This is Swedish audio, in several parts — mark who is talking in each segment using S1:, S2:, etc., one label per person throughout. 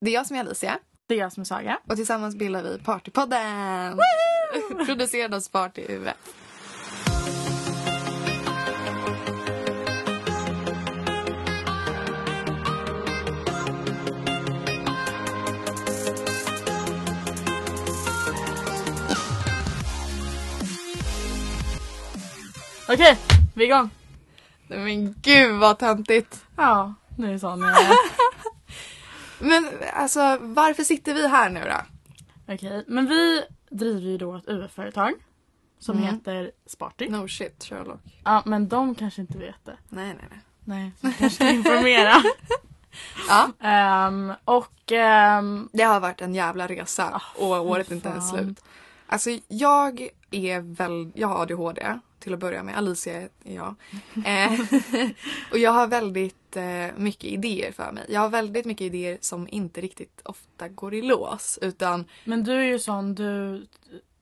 S1: Det är jag som är Alicia
S2: Det är jag som är Saga.
S1: och tillsammans bildar vi Partypodden! Producerad av Sparty UF.
S2: Okej, vi är igång.
S1: Nej, Men gud vad töntigt!
S2: Ja, nu sa ni det.
S1: Men alltså varför sitter vi här nu då?
S2: Okej, men vi driver ju då ett UF-företag som heter Sparty.
S1: No shit Sherlock.
S2: Ja, men de kanske inte vet det.
S1: Nej nej nej.
S2: Nej, så kanske ska informera.
S1: Ja,
S2: Ehm, och ehm,
S1: det har varit en jävla resa och året är inte ens
S2: fan.
S1: slut. Alltså jag är väl, jag har ADHD till att börja med. Alicia är jag. Eh, och jag har väldigt eh, mycket idéer för mig. Jag har väldigt mycket idéer som inte riktigt ofta går i lås utan
S2: men du är ju sån, du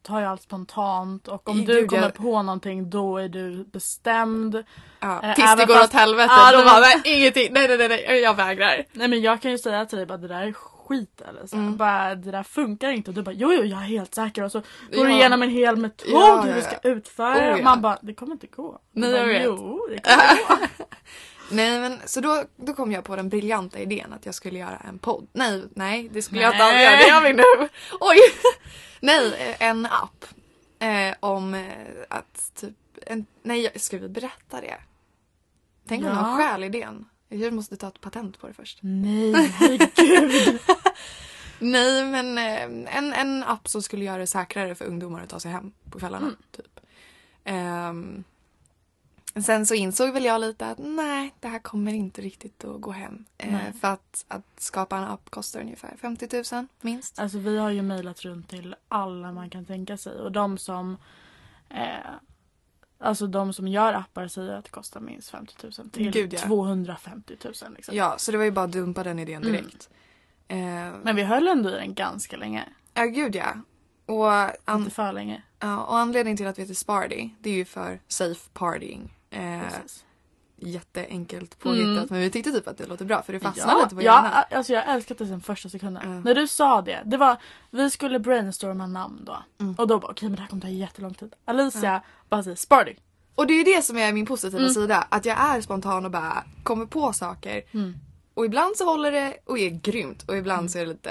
S2: tar ju allt spontant och om
S1: Gud,
S2: du
S1: jag-
S2: kommer på någonting då är du bestämd.
S1: Ja,
S2: Eh,
S1: tills det
S2: även
S1: går
S2: fast-
S1: åt helvete.
S2: Ja,
S1: då
S2: det-
S1: bara, nej, ingenting. Nej, nej, nej, nej, jag vägrar.
S2: Nej men jag kan ju säga till dig bara det där är skit eller så.
S1: Mm.
S2: Bara, det där funkar inte och du bara jo jo jag är helt säker och så går du
S1: Ja.
S2: igenom en hel metod
S1: Ja,
S2: hur
S1: ja,
S2: du
S1: ja.
S2: ska utföra
S1: Oh,
S2: det.
S1: ja.
S2: Man bara det kommer inte gå.
S1: Nej,
S2: Du
S1: jag
S2: bara,
S1: vet.
S2: Jo det kommer gå.
S1: Nej, men så då, då kom jag på den briljanta idén att jag skulle göra en podd. Nej, nej, det skulle jag inte alls
S2: Nej.
S1: göra. Det gör vi nu. Oj! Nej, eh, en app. Eh, om eh, att typ... En, nej, jag- ska vi berätta det? Tänk om
S2: Ja.
S1: någon stjäl idén. Jag måste ta ett patent på det först.
S2: Nej herregud.
S1: Nej, men eh, en, en app som skulle göra det säkrare för ungdomar att ta sig hem på kvällarna.
S2: Mm.
S1: Typ. Ehm, sen så insåg väl jag lite att nej, det här kommer inte riktigt att gå hem. Eh,
S2: Nej.
S1: för att, att skapa en app kostar ungefär 50 000 minst.
S2: alltså vi har ju mejlat runt till alla man kan tänka sig och de som eh, Alltså de som gör appar säger att det kostar minst 50 000 till
S1: Gud, ja.
S2: 250 000 liksom.
S1: Ja, så det var ju bara att dumpa den idén
S2: Mm.
S1: direkt. Mm.
S2: Men vi höll ändå i den ganska länge.
S1: ja, gud ja. Och, an-
S2: Inte för länge.
S1: ja, och anledningen till att vi heter Sparty, det är ju för safe partying. Eh,
S2: Precis.
S1: jätteenkelt påhittat
S2: Mm.
S1: men vi tyckte typ att det låter bra för det fastnar
S2: ja,
S1: lite på hjärnan.
S2: ja, alltså jag älskat det sen första sekunden.
S1: Mm.
S2: När du sa det, det var, vi skulle brainstorma namn då.
S1: Mm.
S2: Och då bara okej men det här kommer ta jättelång tid. Alicia bara säger Sparty.
S1: Och det är ju det som är min positiva
S2: Mm.
S1: sida. Att jag är spontan och bara kommer på saker.
S2: Mm.
S1: Och ibland så håller det och är grymt och ibland så är det lite...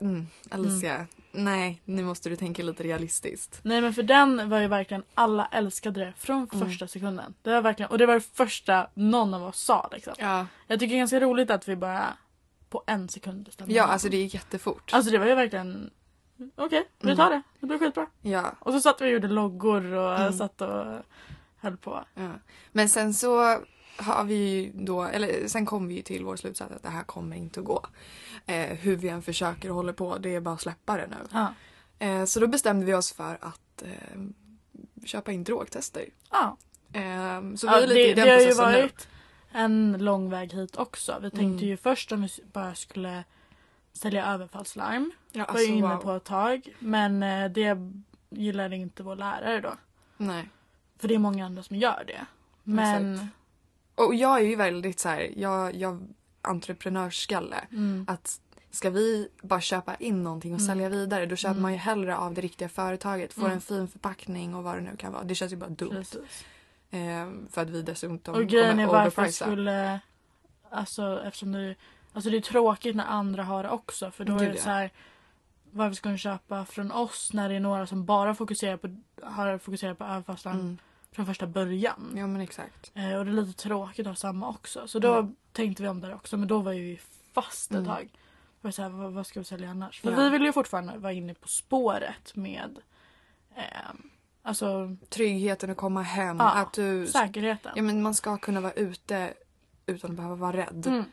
S1: Mm, Alicia, nej nu måste du tänka lite realistiskt.
S2: Nej men för den var ju verkligen, alla älskade det från
S1: Mm.
S2: första sekunden. Det var verkligen, och det var det första någon av oss sa liksom.
S1: Ja,
S2: Jag tycker det är ganska roligt att vi bara på en sekund bestämde
S1: ja
S2: namn.
S1: alltså det gick jättefort.
S2: alltså det var ju verkligen, okej vi tar det, det blir skitbra.
S1: Ja,
S2: Och så satt vi och gjorde loggor och
S1: Mm.
S2: satt och höll på.
S1: ja. Men sen så har vi ju då, eller sen kom vi ju till vår slutsats att det här kommer inte att gå. Eh, hur vi än försöker och håller på, det är bara att släppa det nu.
S2: Ja.
S1: Eh, så då bestämde vi oss för att eh, köpa in drogtester.
S2: ja.
S1: Ehm, så vi
S2: Ja,
S1: är lite
S2: det,
S1: i den
S2: det har ju
S1: processen nu. Mm.
S2: varit en lång väg hit också. Vi tänkte ju först om vi s- bara skulle sälja överfallslarm.
S1: Ja,
S2: var ju inne
S1: Alltså, wow.
S2: på ett tag. Men eh, det gillade inte vår lärare då.
S1: Nej.
S2: För det är många andra som gör det. Men...
S1: Exakt. Och jag är ju väldigt så här, jag, jag entreprenörsskalle.
S2: Mm,
S1: Att ska vi bara köpa in någonting och
S2: Mm.
S1: sälja vidare då köper
S2: Mm.
S1: man ju hellre av det riktiga företaget. Får
S2: Mm.
S1: en fin förpackning och vad det nu kan vara. Det känns ju bara dumt.
S2: precis.
S1: Ehm, för att vi dessutom
S2: Och grejen är
S1: kommer
S2: varför
S1: overpricea.
S2: skulle... Alltså eftersom det... Alltså det är tråkigt när andra har det också. För då är
S1: Gud,
S2: det
S1: ja.
S2: så här... Varför ska de köpa från oss när det är några som bara fokuserar på, har fokuserat på överfallslarm
S1: Mm.
S2: från första början?
S1: Ja men exakt.
S2: Eh, Och det är lite tråkigt att ha samma också. Så då
S1: Mm.
S2: tänkte vi om det också men då var jag ju fast ett
S1: Mm.
S2: tag. Det Var så här, vad, vad ska vi sälja annars? För
S1: Ja.
S2: vi vill ju fortfarande vara inne på spåret med ehm, alltså,
S1: Tryggheten att komma hem.
S2: Ja,
S1: att du...
S2: säkerheten.
S1: Ja men man ska kunna vara ute utan att behöva vara rädd.
S2: Mm.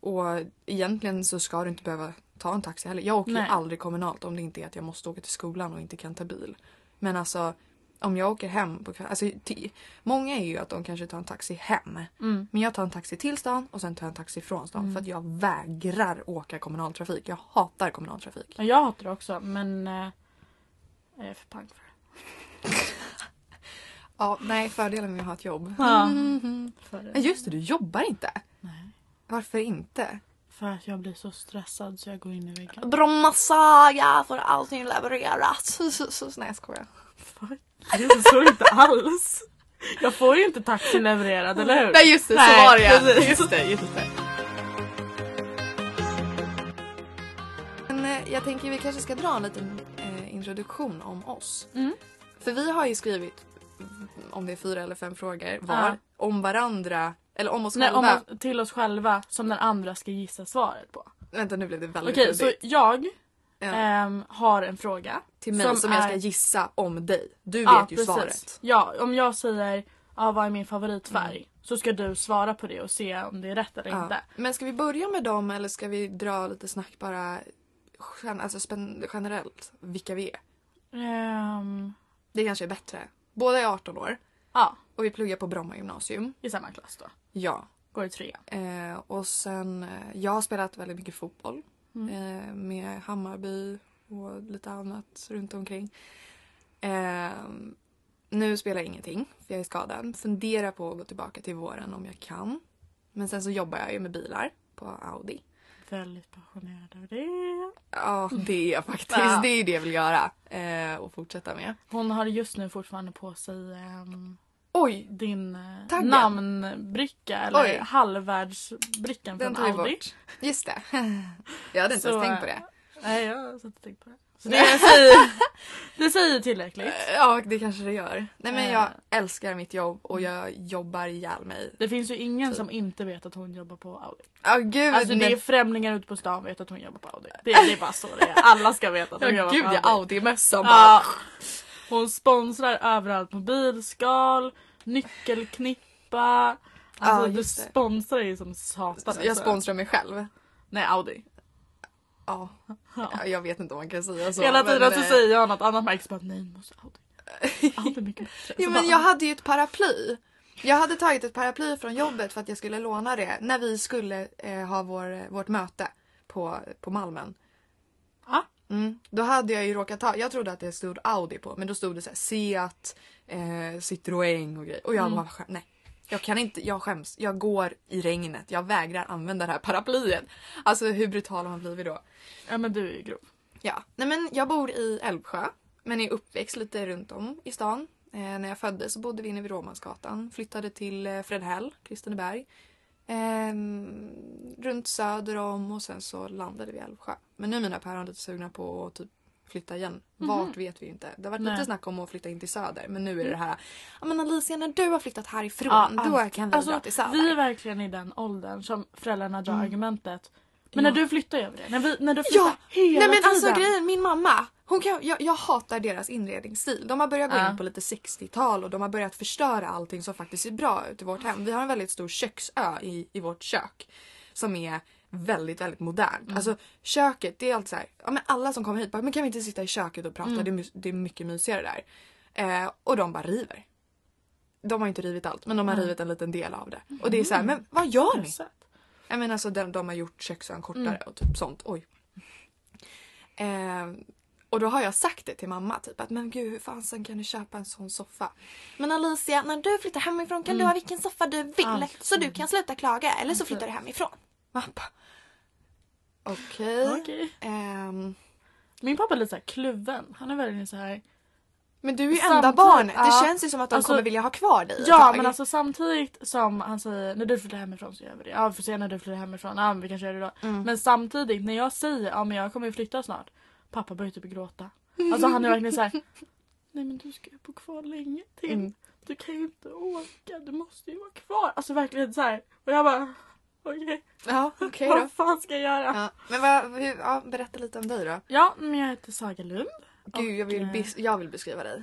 S1: Och egentligen så ska du inte behöva ta en taxi heller. Jag åker ju
S2: Nej.
S1: aldrig kommunalt om det inte är att jag måste åka till skolan och inte kan ta bil. Men alltså om jag åker hem på kvällen. Alltså, ti- många är ju att de kanske tar en taxi hem.
S2: Mm.
S1: Men jag tar en taxi till stan och sen tar jag en taxi från stan
S2: Mm.
S1: för att jag vägrar åka kommunaltrafik. Jag hatar kommunaltrafik.
S2: Ja, Jag hatar det också men eh, jag är för pank för
S1: Ja, nej fördelen med att ha ett jobb.
S2: Ja.
S1: Mhm.
S2: det. För,
S1: Ja, Just det, du jobbar inte.
S2: Nej.
S1: Varför inte?
S2: För att jag blir så stressad så jag går in i väggen.
S1: Bromma Saga får allting levererat. Nej jag skojar.
S2: Fuck you, så inte alls. Jag får ju inte taxi levererad, eller hur?
S1: Nej just det, så
S2: Nej,
S1: var det ja.
S2: precis. Just det, just det.
S1: Men eh, jag tänker vi kanske ska dra en liten eh, introduktion om oss.
S2: Mm.
S1: För vi har ju skrivit, mm, om det är fyra eller fem frågor var,
S2: Ja.
S1: om varandra, eller om oss
S2: Nej,
S1: själva.
S2: om man, till oss själva som den andra ska gissa svaret på.
S1: Vänta nu blev Mm, det väldigt
S2: Okej, så
S1: luddigt.
S2: jag
S1: Ja.
S2: ehm, har en fråga.
S1: Till mig som,
S2: som
S1: jag ska
S2: är-
S1: gissa om dig. Du vet
S2: Ja,
S1: ju
S2: precis.
S1: svaret. Mm.
S2: Ja, om jag säger ja, vad är min favoritfärg så ska du svara på det och se om det är rätt eller
S1: Ja.
S2: inte.
S1: Men ska vi börja med dem eller ska vi dra lite snack bara gen- alltså spen- generellt vilka vi är?
S2: Ehm,
S1: Det kanske är bättre. Båda är 18 år
S2: ja,
S1: och vi pluggar på Bromma gymnasium.
S2: i samma klass då.
S1: Ja.
S2: Går i trean.
S1: Eh, och sen, eh, jag har spelat väldigt mycket fotboll
S2: Mm.
S1: eh, med Hammarby och lite annat runt omkring. Eh, nu spelar jag ingenting för jag är skadad. Funderar på att gå tillbaka till våren om jag kan. Men sen så jobbar jag ju med bilar på Audi.
S2: Väldigt passionerad över det.
S1: Ja, det är jag faktiskt.
S2: Mm. Ja.
S1: Det är det jag vill göra eh, och fortsätta med.
S2: Hon har just nu fortfarande på sig ehm,
S1: Oj,
S2: din eh,
S1: Taggen.
S2: namnbricka eller
S1: Oj.
S2: halvvärldsbrickan
S1: den
S2: från
S1: tar vi
S2: Audi.
S1: bort. Just det. jag hade inte
S2: Så,
S1: ens tänkt på det.
S2: Nej, jag satt och tänkte på det. Så det säger, det säger tillräckligt.
S1: Eh, Ja, det kanske det gör. Nej men
S2: Eh. Mm.
S1: jag älskar mitt jobb och jag jobbar ihjäl mig.
S2: Det finns ju ingen som inte vet att hon jobbar på Audi.
S1: Ja gud,
S2: Alltså det
S1: nej.
S2: är främlingar ute på stan vet att hon jobbar på Audi. Det, det är bara så det är. Alla ska veta att hon
S1: ja,
S2: jobbar
S1: gud
S2: på
S1: jag
S2: Audi.
S1: Audi-mössan bara.
S2: Ja. Hon sponsrar överallt mobilskal, nyckelknippa. Alltså
S1: Ja,
S2: du
S1: just det.
S2: sponsrar ju som satan.
S1: Jag
S2: alltså.
S1: sponsrar mig själv.
S2: Nej Audi.
S1: Ja. ja, jag vet inte om man kan säga så.
S2: Hela tiden
S1: men,
S2: så
S1: eh,
S2: säger jag något annat märke så bara nej måste Audi. Audi är mycket bättre.
S1: Jo
S2: Så
S1: men
S2: bara,
S1: jag hade ju ett paraply. Jag hade tagit ett paraply från jobbet för att jag skulle låna det när vi skulle eh, ha vår, vårt möte på, på Malmen.
S2: Ja.
S1: Mm. Då hade jag ju råkat ta, jag trodde att det stod Audi på men då stod det så här Seat, eh, Citroën och grejer. Och jag
S2: Mm.
S1: bara skäm, nej. Jag kan inte, jag skäms. Jag går i regnet. Jag vägrar använda det här paraplyet. Alltså hur brutal har man blivit då?
S2: Ja men du är ju grov.
S1: Ja, nej men jag bor i Älvsjö men är uppväxt lite runt om i stan. Eh, när jag föddes så bodde vi inne vid Råmansgatan, flyttade till eh, Fredhäll, Kristineberg. Ehm, runt söder om och sen så landade vi i Älvsjö. Men nu är mina päron lite sugna på att typ flytta igen. Vart vet vi inte. Det har varit
S2: Mhm. Nej. Mm.
S1: lite snack om att flytta in till söder men nu är det här, ja men Alicia när du har flyttat härifrån
S2: Ja,
S1: då
S2: allt.
S1: kan vi dra
S2: Alltså,
S1: till söder.
S2: vi är verkligen i den åldern som föräldrarna drar argumentet. Men
S1: Ja.
S2: när du flyttar gör vi det. När, vi, när du flyttar
S1: Ja!
S2: hela
S1: Nej men
S2: tiden.
S1: alltså grejen, min mamma. Hon kan, jag, jag hatar deras inredningsstil. De har börjat gå
S2: Ja.
S1: in på lite 60-tal och de har börjat förstöra allting som faktiskt ser bra ut i vårt hem. Vi har en väldigt stor köksö i, i vårt kök som är väldigt, väldigt modernt.
S2: Mm.
S1: Alltså köket, det är alltid så här, ja men alla som kommer hit bara, men kan vi inte sitta i köket och prata?
S2: Mm.
S1: Det, är, mys- det är mycket mysigare där. Eh, och de bara river. De har inte rivit allt, men de har rivit en liten del av det. Och det är så här,
S2: Mm.
S1: men vad gör ni?
S2: Precis.
S1: Jag menar alltså de, de har gjort köksön kortare
S2: Mm.
S1: och typ sånt. Oj. Eh, och då har jag sagt det till mamma typ att men gud hur fasen kan du köpa en sån soffa? Men Alicia när du flyttar hemifrån kan du
S2: Mm.
S1: ha vilken soffa du vill
S2: Allt.
S1: så du kan sluta klaga eller så flyttar du hemifrån. Mamma. Okej.
S2: Okej.
S1: Ehm,
S2: Min pappa är lite så här kluven. Han är väldigt så här.
S1: men du är ju enda
S2: Samtidigt-
S1: barnet.
S2: ja.
S1: Det känns ju som att de
S2: Alltså-
S1: kommer vilja ha kvar dig typ. ett
S2: Ja
S1: tag.
S2: men alltså samtidigt som han säger när du flyttar hemifrån så gör vi det. Ja vi får se när du flyttar hemifrån. Ja men vi kanske gör det då.
S1: Mm.
S2: Men samtidigt när jag säger ja men jag kommer ju flytta snart. Pappa börjar typ gråta. Alltså han är verkligen så här. Nej men du ska ju bo kvar länge till.
S1: Mm.
S2: Du kan ju inte åka. Du måste ju vara kvar. Alltså verkligen så här. Och jag bara okej.
S1: Ja okej då.
S2: Vad fan ska jag göra? Ja,
S1: Ja. Men vad, hur, ja, berätta lite om dig då.
S2: men jag heter Saga Lund.
S1: Gud jag vill,
S2: Och, eh,
S1: bes- jag vill beskriva dig.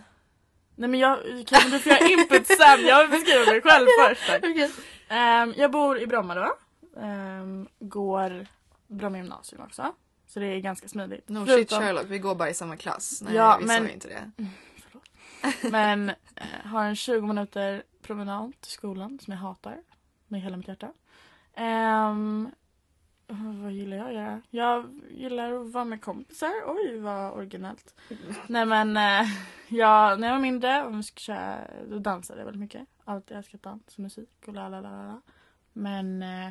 S2: Nej men jag, okej, men du får göra input sen, jag vill beskriva mig själv först. tack.
S1: Okej.
S2: Ehm, jag bor i Bromma då. Ehm, går Bromma gymnasium också. Så det är ganska smidigt.
S1: No shit
S2: Förutom-
S1: Sherlock, vi går bara i samma klass. Nej
S2: Ja,
S1: vi
S2: men-
S1: sa inte det.
S2: Men eh, har en 20 minuter promenad till skolan som jag hatar med hela mitt hjärta. Ehm, vad gillar jag att göra? Jag gillar att vara med kompisar. Oj vad originellt. Nej men eh, jag, när jag var mindre om vi ska köra, då dansade jag väldigt mycket. Alltid älskat dans och musik och la la la la, la. Men eh,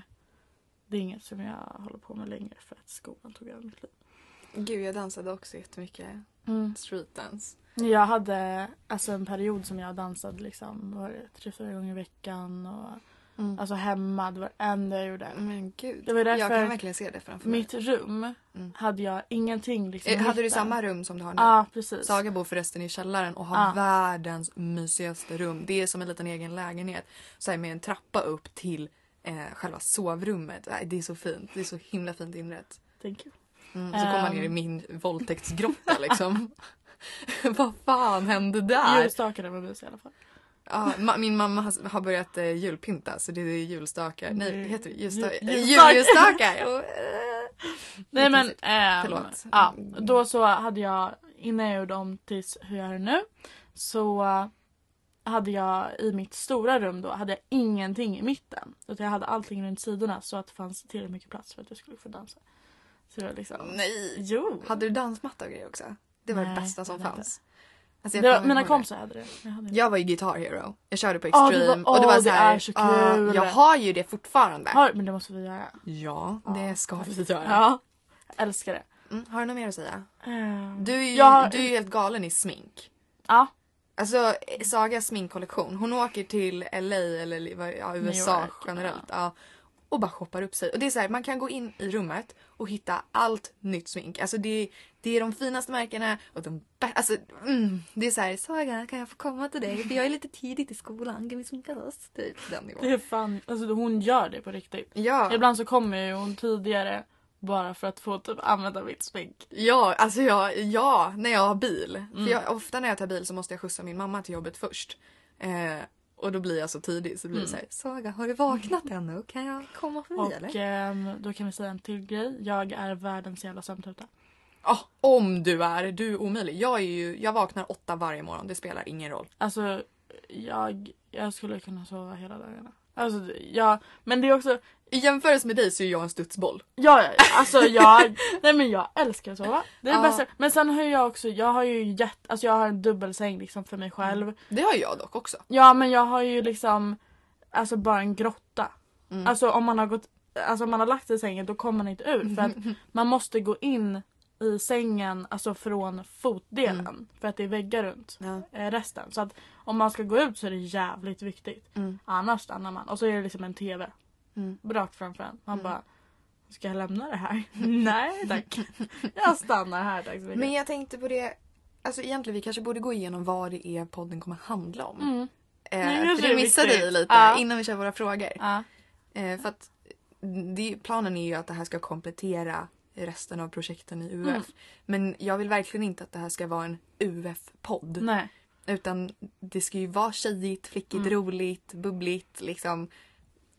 S2: Det är inget som jag håller på med längre för att skolan tog över mitt liv.
S1: Gud, jag dansade också jättemycket streetdance.
S2: Jag hade alltså en period som jag dansade liksom var det tre, fyra gånger i veckan och
S1: Mm.
S2: alltså hemma. Det var det enda jag gjorde.
S1: men gud.
S2: Det var därför-
S1: jag kan verkligen se det framför mig.
S2: Mitt rum
S1: Mm.
S2: hade jag ingenting liksom. i
S1: Eh, Hade du
S2: mitten.
S1: samma rum som du har nu?
S2: Ja, precis.
S1: Saga bor förresten i källaren och har
S2: Ja.
S1: världens mysigaste rum. Det är som en liten egen lägenhet. Så här med en trappa upp till eh, själva sovrummet. Nej, det är så fint. Det är så himla fint inrett.
S2: Thank you.
S1: Mm, och så kommer man ner i
S2: Ehm.
S1: min våldtäktsgrotta liksom. Vad fan hände där?
S2: Julstakarna var mysiga i
S1: Mm,
S2: alla fall.
S1: Ja, ma- min mamma har- har börjat eh, julpynta så det är julstakar. Nej,
S2: Jul-
S1: heter det eh, julstakar?
S2: Mm. jul-
S1: Juljulstakar!
S2: Nej men,
S1: Precis.
S2: ehm,
S1: Förlåt.
S2: ja, då så hade jag, innan jag gjorde om tills hur jag gör nu, så hade jag i mitt stora rum då, hade jag ingenting i mitten. Utan jag hade allting runt sidorna så att det fanns tillräckligt mycket plats för att jag skulle få dansa. Så det var liksom...
S1: Nej!
S2: Jo!
S1: Hade du dansmatta och grejer också? Det var det
S2: Nej,
S1: bästa som
S2: jag vet
S1: fanns. Alltså, jag
S2: det var,
S1: kommer
S2: mina
S1: ihåg det.
S2: kompisar hade det. men Jag hade inte.
S1: Jag var ju Guitar Hero. Jag körde på
S2: Ja,
S1: Extreme.
S2: du var-
S1: och det
S2: åh,
S1: var
S2: det
S1: så här,
S2: är så
S1: ja,
S2: kul.
S1: jag har ju det fortfarande.
S2: Har, men det måste vi göra.
S1: Ja,
S2: Ja.
S1: det ska vi göra.
S2: Ja. Jag älskar det.
S1: Mm, har du något mer att säga?
S2: Ehm,
S1: Du är ju,
S2: jag-
S1: du är ju helt galen i smink.
S2: Ja.
S1: Alltså Sagas sminkkollektion. Hon åker till LA eller li- vad- ja, USA
S2: York,
S1: generellt. Ja. Och bara shoppar upp sig. Och det är så här, man kan gå in i rummet och hitta allt nytt smink. Alltså det är, det är de finaste märkena och de bä- alltså, mm, Det är så här, Saga kan jag få komma till dig? För jag är lite tidigt i skolan, kan vi sminka oss? Typ den nivån.
S2: Det är fan, alltså hon gör det på riktigt.
S1: Ja.
S2: Ibland så kommer ju hon tidigare bara för att få typ använda mitt smink.
S1: Ja, alltså jag, ja, när jag har bil.
S2: Mm.
S1: För jag, ofta när jag tar bil så måste jag skjutsa min mamma till jobbet först. Eh, och då blir jag så tidig så blir det
S2: Mm.
S1: så här, Saga har du vaknat ännu? Kan jag komma förbi
S2: Och
S1: eller?
S2: ehm, då kan vi säga en till grej. Jag är världens jävla sömntuta.
S1: Ja, Ah, om du är, du är omöjlig. Jag, är ju, jag vaknar åtta varje morgon, det spelar ingen roll.
S2: Alltså jag, jag skulle kunna sova hela dagarna. Alltså jag, men det är också,
S1: I jämförelse med dig så är jag en studsboll.
S2: jag, alltså jag, nej men jag älskar att sova. Det är det
S1: Ja.
S2: bästa. Men sen har jag också, jag har ju jätte, alltså jag har en dubbelsäng liksom för mig
S1: Mm.
S2: själv.
S1: Det har jag dock också.
S2: Ja men jag har ju liksom, alltså bara en grotta.
S1: Mm.
S2: Alltså om man har gått Alltså om man har lagt sig i sängen då kommer man inte ur för att man måste gå in i sängen alltså från fotdelen
S1: Mm.
S2: för att det är väggar runt
S1: Ja.
S2: eh, resten. Så att om man ska gå ut så är det jävligt viktigt.
S1: Mm.
S2: Annars stannar man. Och så är det liksom en TV
S1: Mm.
S2: rakt framför en. Man
S1: Mm.
S2: bara Ska jag lämna det här? Nej tack. Jag stannar här tack så mycket.
S1: Men jag tänkte på det, alltså egentligen vi kanske borde gå igenom vad det är podden kommer handla om.
S2: Mm. det
S1: Eh,
S2: kanske
S1: för det
S2: är
S1: missade
S2: viktigt.
S1: vi lite
S2: Ja.
S1: innan vi kör våra frågor.
S2: Ja.
S1: Eh, för att det, planen är ju att det här ska komplettera resten av projekten i UF.
S2: Mm.
S1: Men jag vill verkligen inte att det här ska vara en UF-podd.
S2: Nej.
S1: Utan det ska ju vara tjejigt, flickigt,
S2: Mm.
S1: roligt, bubbligt liksom.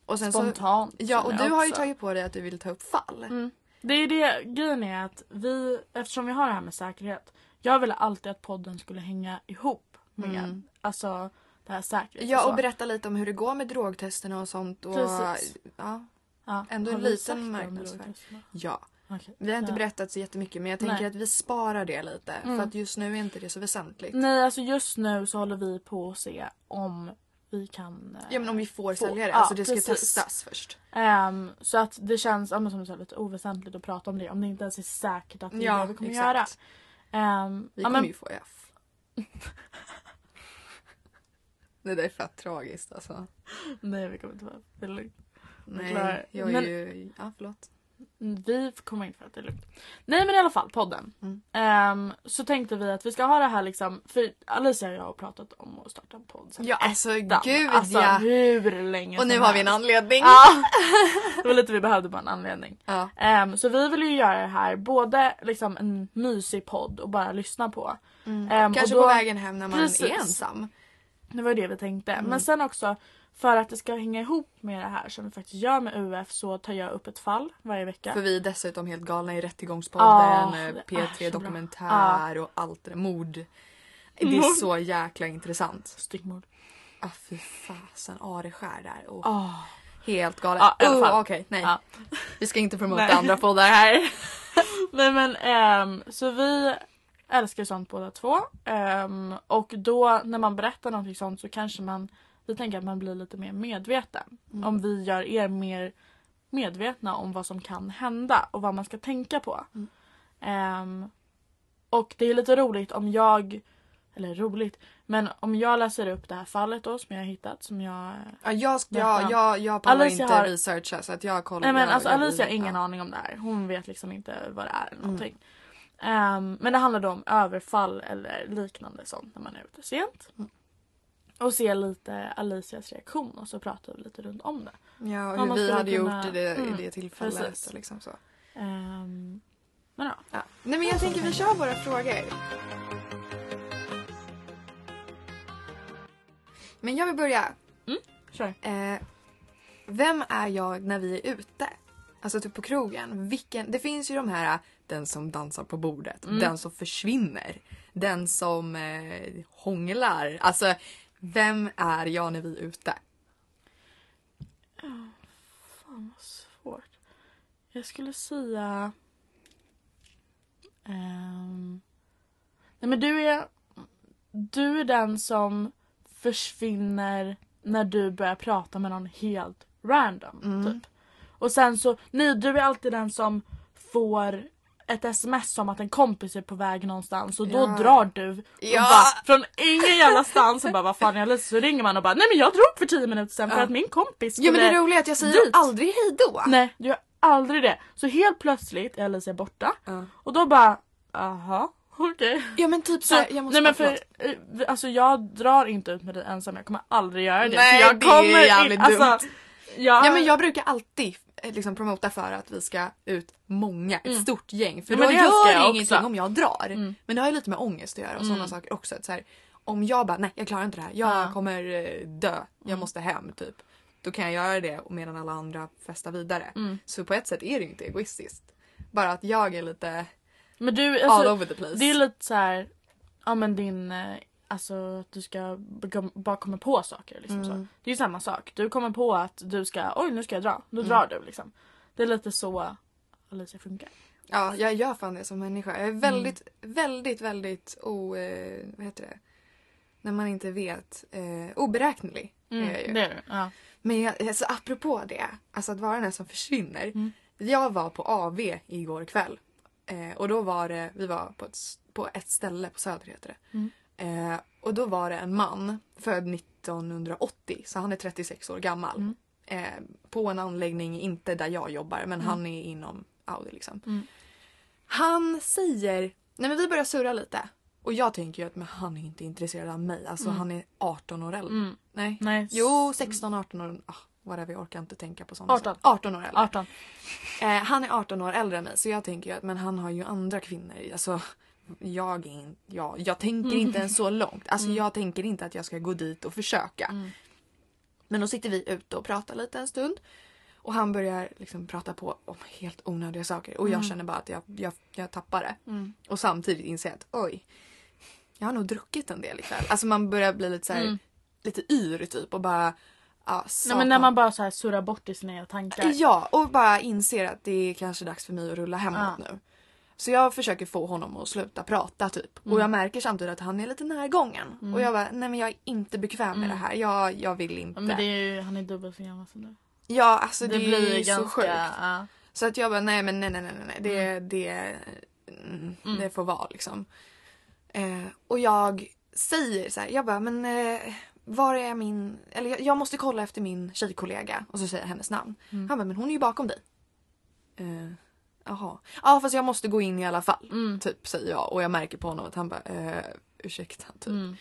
S1: Och sen så,
S2: Spontant.
S1: ja, och
S2: känner
S1: du
S2: jag
S1: har ju
S2: också.
S1: tagit på dig att du vill ta upp fall.
S2: Mm. Det är ju det grejen är att vi, eftersom vi har det här med säkerhet. Jag ville alltid att podden skulle hänga ihop med
S1: Mm.
S2: alltså det här säkerhet.
S1: Ja,
S2: så.
S1: och berätta lite om hur det går med drogtesterna och sånt. Och,
S2: Precis.
S1: ja,
S2: ja.
S1: ändå en
S2: Har vi
S1: liten
S2: sagt det om
S1: marknadsföring.
S2: drogtesterna?
S1: ja.
S2: Okej.
S1: Vi har inte
S2: Ja.
S1: berättat så jättemycket men jag tänker
S2: Nej.
S1: att vi sparar det lite.
S2: Mm.
S1: För att just nu är inte det så väsentligt.
S2: Nej, alltså just nu så håller vi på att se om vi kan... eh,
S1: Ja men om vi får
S2: Får.
S1: sälja det.
S2: Ja,
S1: alltså det ska
S2: precis.
S1: testas först.
S2: ehm, så att det känns ja, men som du sa, lite oväsentligt att prata om det. Om det inte ens är säkert att det är det vi kommer göra. Ehm,
S1: Vi
S2: ja,
S1: kommer
S2: men,
S1: ju få F. det där är fett tragiskt alltså.
S2: Nej, vi kommer inte vara... Det är lugnt.
S1: Nej,
S2: Klar.
S1: jag är
S2: Men-
S1: ju... Ja förlåt.
S2: Mm, Vi kommer in för att det är lugnt. Nej men i alla fall podden.
S1: Mm.
S2: Ehm, så tänkte vi att vi ska ha det här liksom. För Alicia och jag har pratat om att starta en podd sen
S1: Ja alltså
S2: ettan.
S1: gud
S2: alltså,
S1: ja.
S2: hur länge
S1: Och nu
S2: som
S1: har vi en
S2: helst.
S1: anledning.
S2: Ja. Det var lite vi behövde bara en anledning.
S1: Ja.
S2: Ehm, så vi ville ju göra det här både liksom en mysig podd och bara lyssna på.
S1: Mm.
S2: Ehm,
S1: Kanske
S2: och då-
S1: på vägen hem när man
S2: Precis.
S1: är ensam.
S2: Det var ju det vi tänkte. Men sen också för att det ska hänga ihop med det här som vi faktiskt gör med UF så tar jag upp ett fall varje vecka.
S1: För vi är dessutom helt galna i Rättegångspodden,
S2: Ah,
S1: eh,
S2: det är
S1: P3
S2: så bra.
S1: Dokumentär och allt det där. Mord. Det är
S2: Mord.
S1: så jäkla intressant.
S2: Styckmord.
S1: Ah, fy fasen, Areskär där. Oh,
S2: Ah.
S1: Helt galet.
S2: Ja, i alla
S1: oh,
S2: fall.
S1: Okej, nej.
S2: Ja.
S1: Vi ska inte promota
S2: Nej.
S1: andra poddar här.
S2: Nej men ehm, så vi älskar sånt båda två. Ehm, och då när man berättar någonting sånt Mm.
S1: Mm.
S2: så kanske man, vi tänker att man blir lite mer medveten. Om vi gör er mer medvetna om vad som kan hända och vad man ska tänka på.
S1: Mm.
S2: Ehm, och det är lite roligt om jag, eller roligt, men om jag läser upp det här fallet då som jag har hittat som jag...
S1: Ja, jag, sk-
S2: Ja.
S1: jag, jag, jag pallar
S2: Alicia
S1: inte
S2: har-
S1: researcha så att jag kollar.
S2: Nej men
S1: jag,
S2: alltså
S1: jag blir-
S2: Alicia har ingen
S1: ja. Mm.
S2: aning om det här. Hon vet liksom inte vad det är eller någonting. Ehm, men det handlar då om överfall eller liknande sånt när man är ute sent.
S1: Mm.
S2: Och ser lite Alicias reaktion och så pratar vi lite runt om det.
S1: Ja, och
S2: Ja,
S1: hur
S2: man
S1: vi
S2: skulle
S1: hade
S2: kunna-
S1: gjort i det,
S2: Mm,
S1: i det tillfället.
S2: precis.
S1: Liksom så.
S2: Ehm, men ja.
S1: Ja. Nej men jag tänker vi kör våra frågor. Men jag vill börja.
S2: Kör.
S1: Eh, vem är jag när vi är ute? Alltså typ på krogen. Vilken, det finns ju de här, den som dansar på bordet,
S2: Mm.
S1: den som försvinner, den som eh, hånglar. Alltså, vem är jag när vi är ute?
S2: Ah, Fan vad svårt. Jag skulle säga... ehm, Nej men du är... Du är den som försvinner när du börjar prata med någon helt random.
S1: Mm.
S2: Typ. Och sen så... Nej, du är alltid den som får ett sms om att en kompis är på väg någonstans och då
S1: Ja.
S2: drar du
S1: Ja.
S2: och bara, från ingen jävla stans och bara vad fan jag är lite så ringer man och bara nej men jag drog för 10 minuter sedan för
S1: Ja.
S2: att min kompis skulle
S1: Ja men det roliga är att jag säger
S2: dit.
S1: aldrig hejdå.
S2: Nej, jag gör aldrig det. Så helt plötsligt är Alicia borta
S1: Ja.
S2: och då bara, aha, okej.
S1: Ja men typ
S2: Så,
S1: såhär, jag måste
S2: nej men
S1: ja,
S2: för, eh, vi- alltså jag drar inte ut med dig ensam, jag kommer aldrig göra det.
S1: Nej,
S2: för jag
S1: det är jävligt
S2: alltså, jag,
S1: Ja men jag brukar alltid eh, liksom promota för att vi ska ut många, ett stort gäng. För
S2: Ja,
S1: då
S2: Mm. men det
S1: gör
S2: älskar
S1: jag
S2: jag
S1: ingenting
S2: också.
S1: om jag drar.
S2: Mm.
S1: Men det har ju lite med ångest att göra och sådana saker också. Att så här, om jag bara, nej jag klarar inte det här, jag
S2: Ja. Mm.
S1: kommer eh, dö, jag måste hem typ. Då kan jag göra det och medan alla andra festar vidare.
S2: Mm.
S1: Så på ett sätt är det ju inte egoistiskt. Bara att jag är lite
S2: men du,
S1: all
S2: alltså,
S1: over the place.
S2: det är lite så här, ja men din, eh, alltså att du ska b- bara komma på saker liksom så.
S1: Mm.
S2: Det är ju samma sak, du kommer på att du ska, oj nu ska jag dra, då
S1: Mm.
S2: drar du liksom. Det är lite så Alicia funkar.
S1: Ja, jag gör fan det som människa. Jag är väldigt,
S2: Mm.
S1: väldigt, väldigt o... Eh, vad heter det? När man inte vet. Eh, oberäknelig är jag ju.
S2: Mm, det är du. Ja.
S1: Men jag, alltså, apropå det, alltså att vara den här som försvinner.
S2: Mm.
S1: Jag var på AV igår kväll. Eh, och då var det, vi var på ett, s- på ett ställe på Söder heter det.
S2: Mm.
S1: Eh, och då var det en man född 1980, så han är 36 år gammal.
S2: Mm.
S1: Eh, på en anläggning, inte där jag jobbar, men han är inom Audi liksom.
S2: Mm.
S1: Han säger, nej men vi börjar surra lite. Och jag tänker ju att men han är inte intresserad av mig, alltså
S2: Mm.
S1: han är 18 år äldre.
S2: Mm.
S1: Nej,
S2: Nej.
S1: Jo, 16, 18 år. Ah, whatever, jag orkar inte tänka på sånt.
S2: 18.
S1: 18 år äldre.
S2: 18.
S1: Eh, han är 18 år äldre än mig så jag tänker ju att men han har ju andra kvinnor. i. Alltså, jag, är in, ja, jag tänker inte ens så långt. Alltså, Jag tänker inte att jag ska gå dit och försöka.
S2: Mm.
S1: Men då sitter vi ute och pratar lite en stund. Och han börjar liksom prata på om helt onödiga saker. Och jag känner bara att jag, jag, jag tappar det.
S2: Mm.
S1: Och samtidigt inser jag att oj, jag har nog druckit en del ikväll. Alltså man börjar bli lite, så här,
S2: Mm.
S1: lite yr typ och bara... Ja,
S2: Nej, men
S1: satan.
S2: när man bara så här surrar bort i sina egna tankar.
S1: Ja, och bara inser att det är kanske dags för mig att rulla hemåt
S2: Ja.
S1: nu. Så jag försöker få honom att sluta prata typ.
S2: Mm.
S1: Och jag märker samtidigt att han är lite närgången. Och jag bara, nej men jag är inte bekväm med det här. Jag, jag vill inte.
S2: Mm. Ja, men det är ju, han är dubbelt så gammal som du.
S1: Ja, alltså det, är ju så
S2: ganska-
S1: sjukt.
S2: ja.
S1: Så att jag bara, nej men nej nej nej, nej, nej. Det, det, mm, det får vara liksom. Eh, och jag säger så här, jag bara, men eh, var är min, eller jag, jag måste kolla efter min tjejkollega och så säger jag hennes namn. Han bara, men hon är ju bakom dig. Eh, Jaha. Ja fast jag måste gå in i alla fall.
S2: Mm.
S1: Typ säger jag och jag märker på honom att han bara, eh, ursäkta typ.
S2: Mm.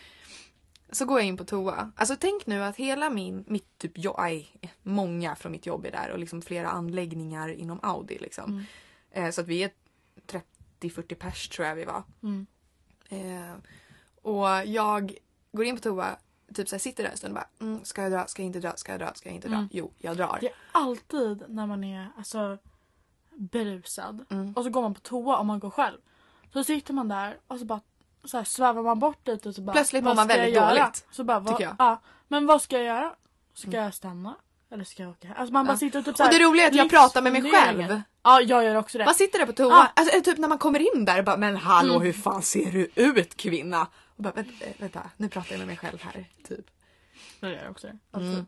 S1: Så går jag in på toa. Alltså tänk nu att hela min, mitt typ, jag, aj, många från mitt jobb är där och liksom flera anläggningar inom Audi liksom.
S2: Mm.
S1: Eh, så att vi är 30-40 pers tror jag vi var.
S2: Mm.
S1: Eh, och jag går in på toa, typ så här, sitter där en stund och bara mm, ska jag dra, ska jag inte dra, ska jag dra, ska jag inte dra?
S2: Mm.
S1: Jo, jag drar.
S2: Det är alltid när man är alltså, berusad
S1: Mm.
S2: och så går man på toa om man går själv. Så sitter man där och så bara så här, svävar man bort lite och så bara,
S1: Plötsligt mår
S2: vad
S1: man
S2: ska jag
S1: väldigt
S2: göra?
S1: dåligt,
S2: Så bara, vad,
S1: tycker jag. Mm.
S2: Ja, men vad ska jag göra? Ska jag stanna? Eller ska jag åka hem? Alltså man bara
S1: Ja.
S2: sitter och typ så
S1: Och
S2: här,
S1: det roliga är att jag pratar med mig
S2: livsfunderingar.
S1: själv.
S2: Ja, jag gör också det.
S1: Man sitter där på toa,
S2: Ah.
S1: alltså, eller typ när man kommer in där och bara men hallå
S2: Mm.
S1: hur fan ser du ut kvinna? Och bara, vänta, vänta, nu pratar jag med mig själv här. Typ.
S2: Jag gör också det. Alltså,
S1: Mm.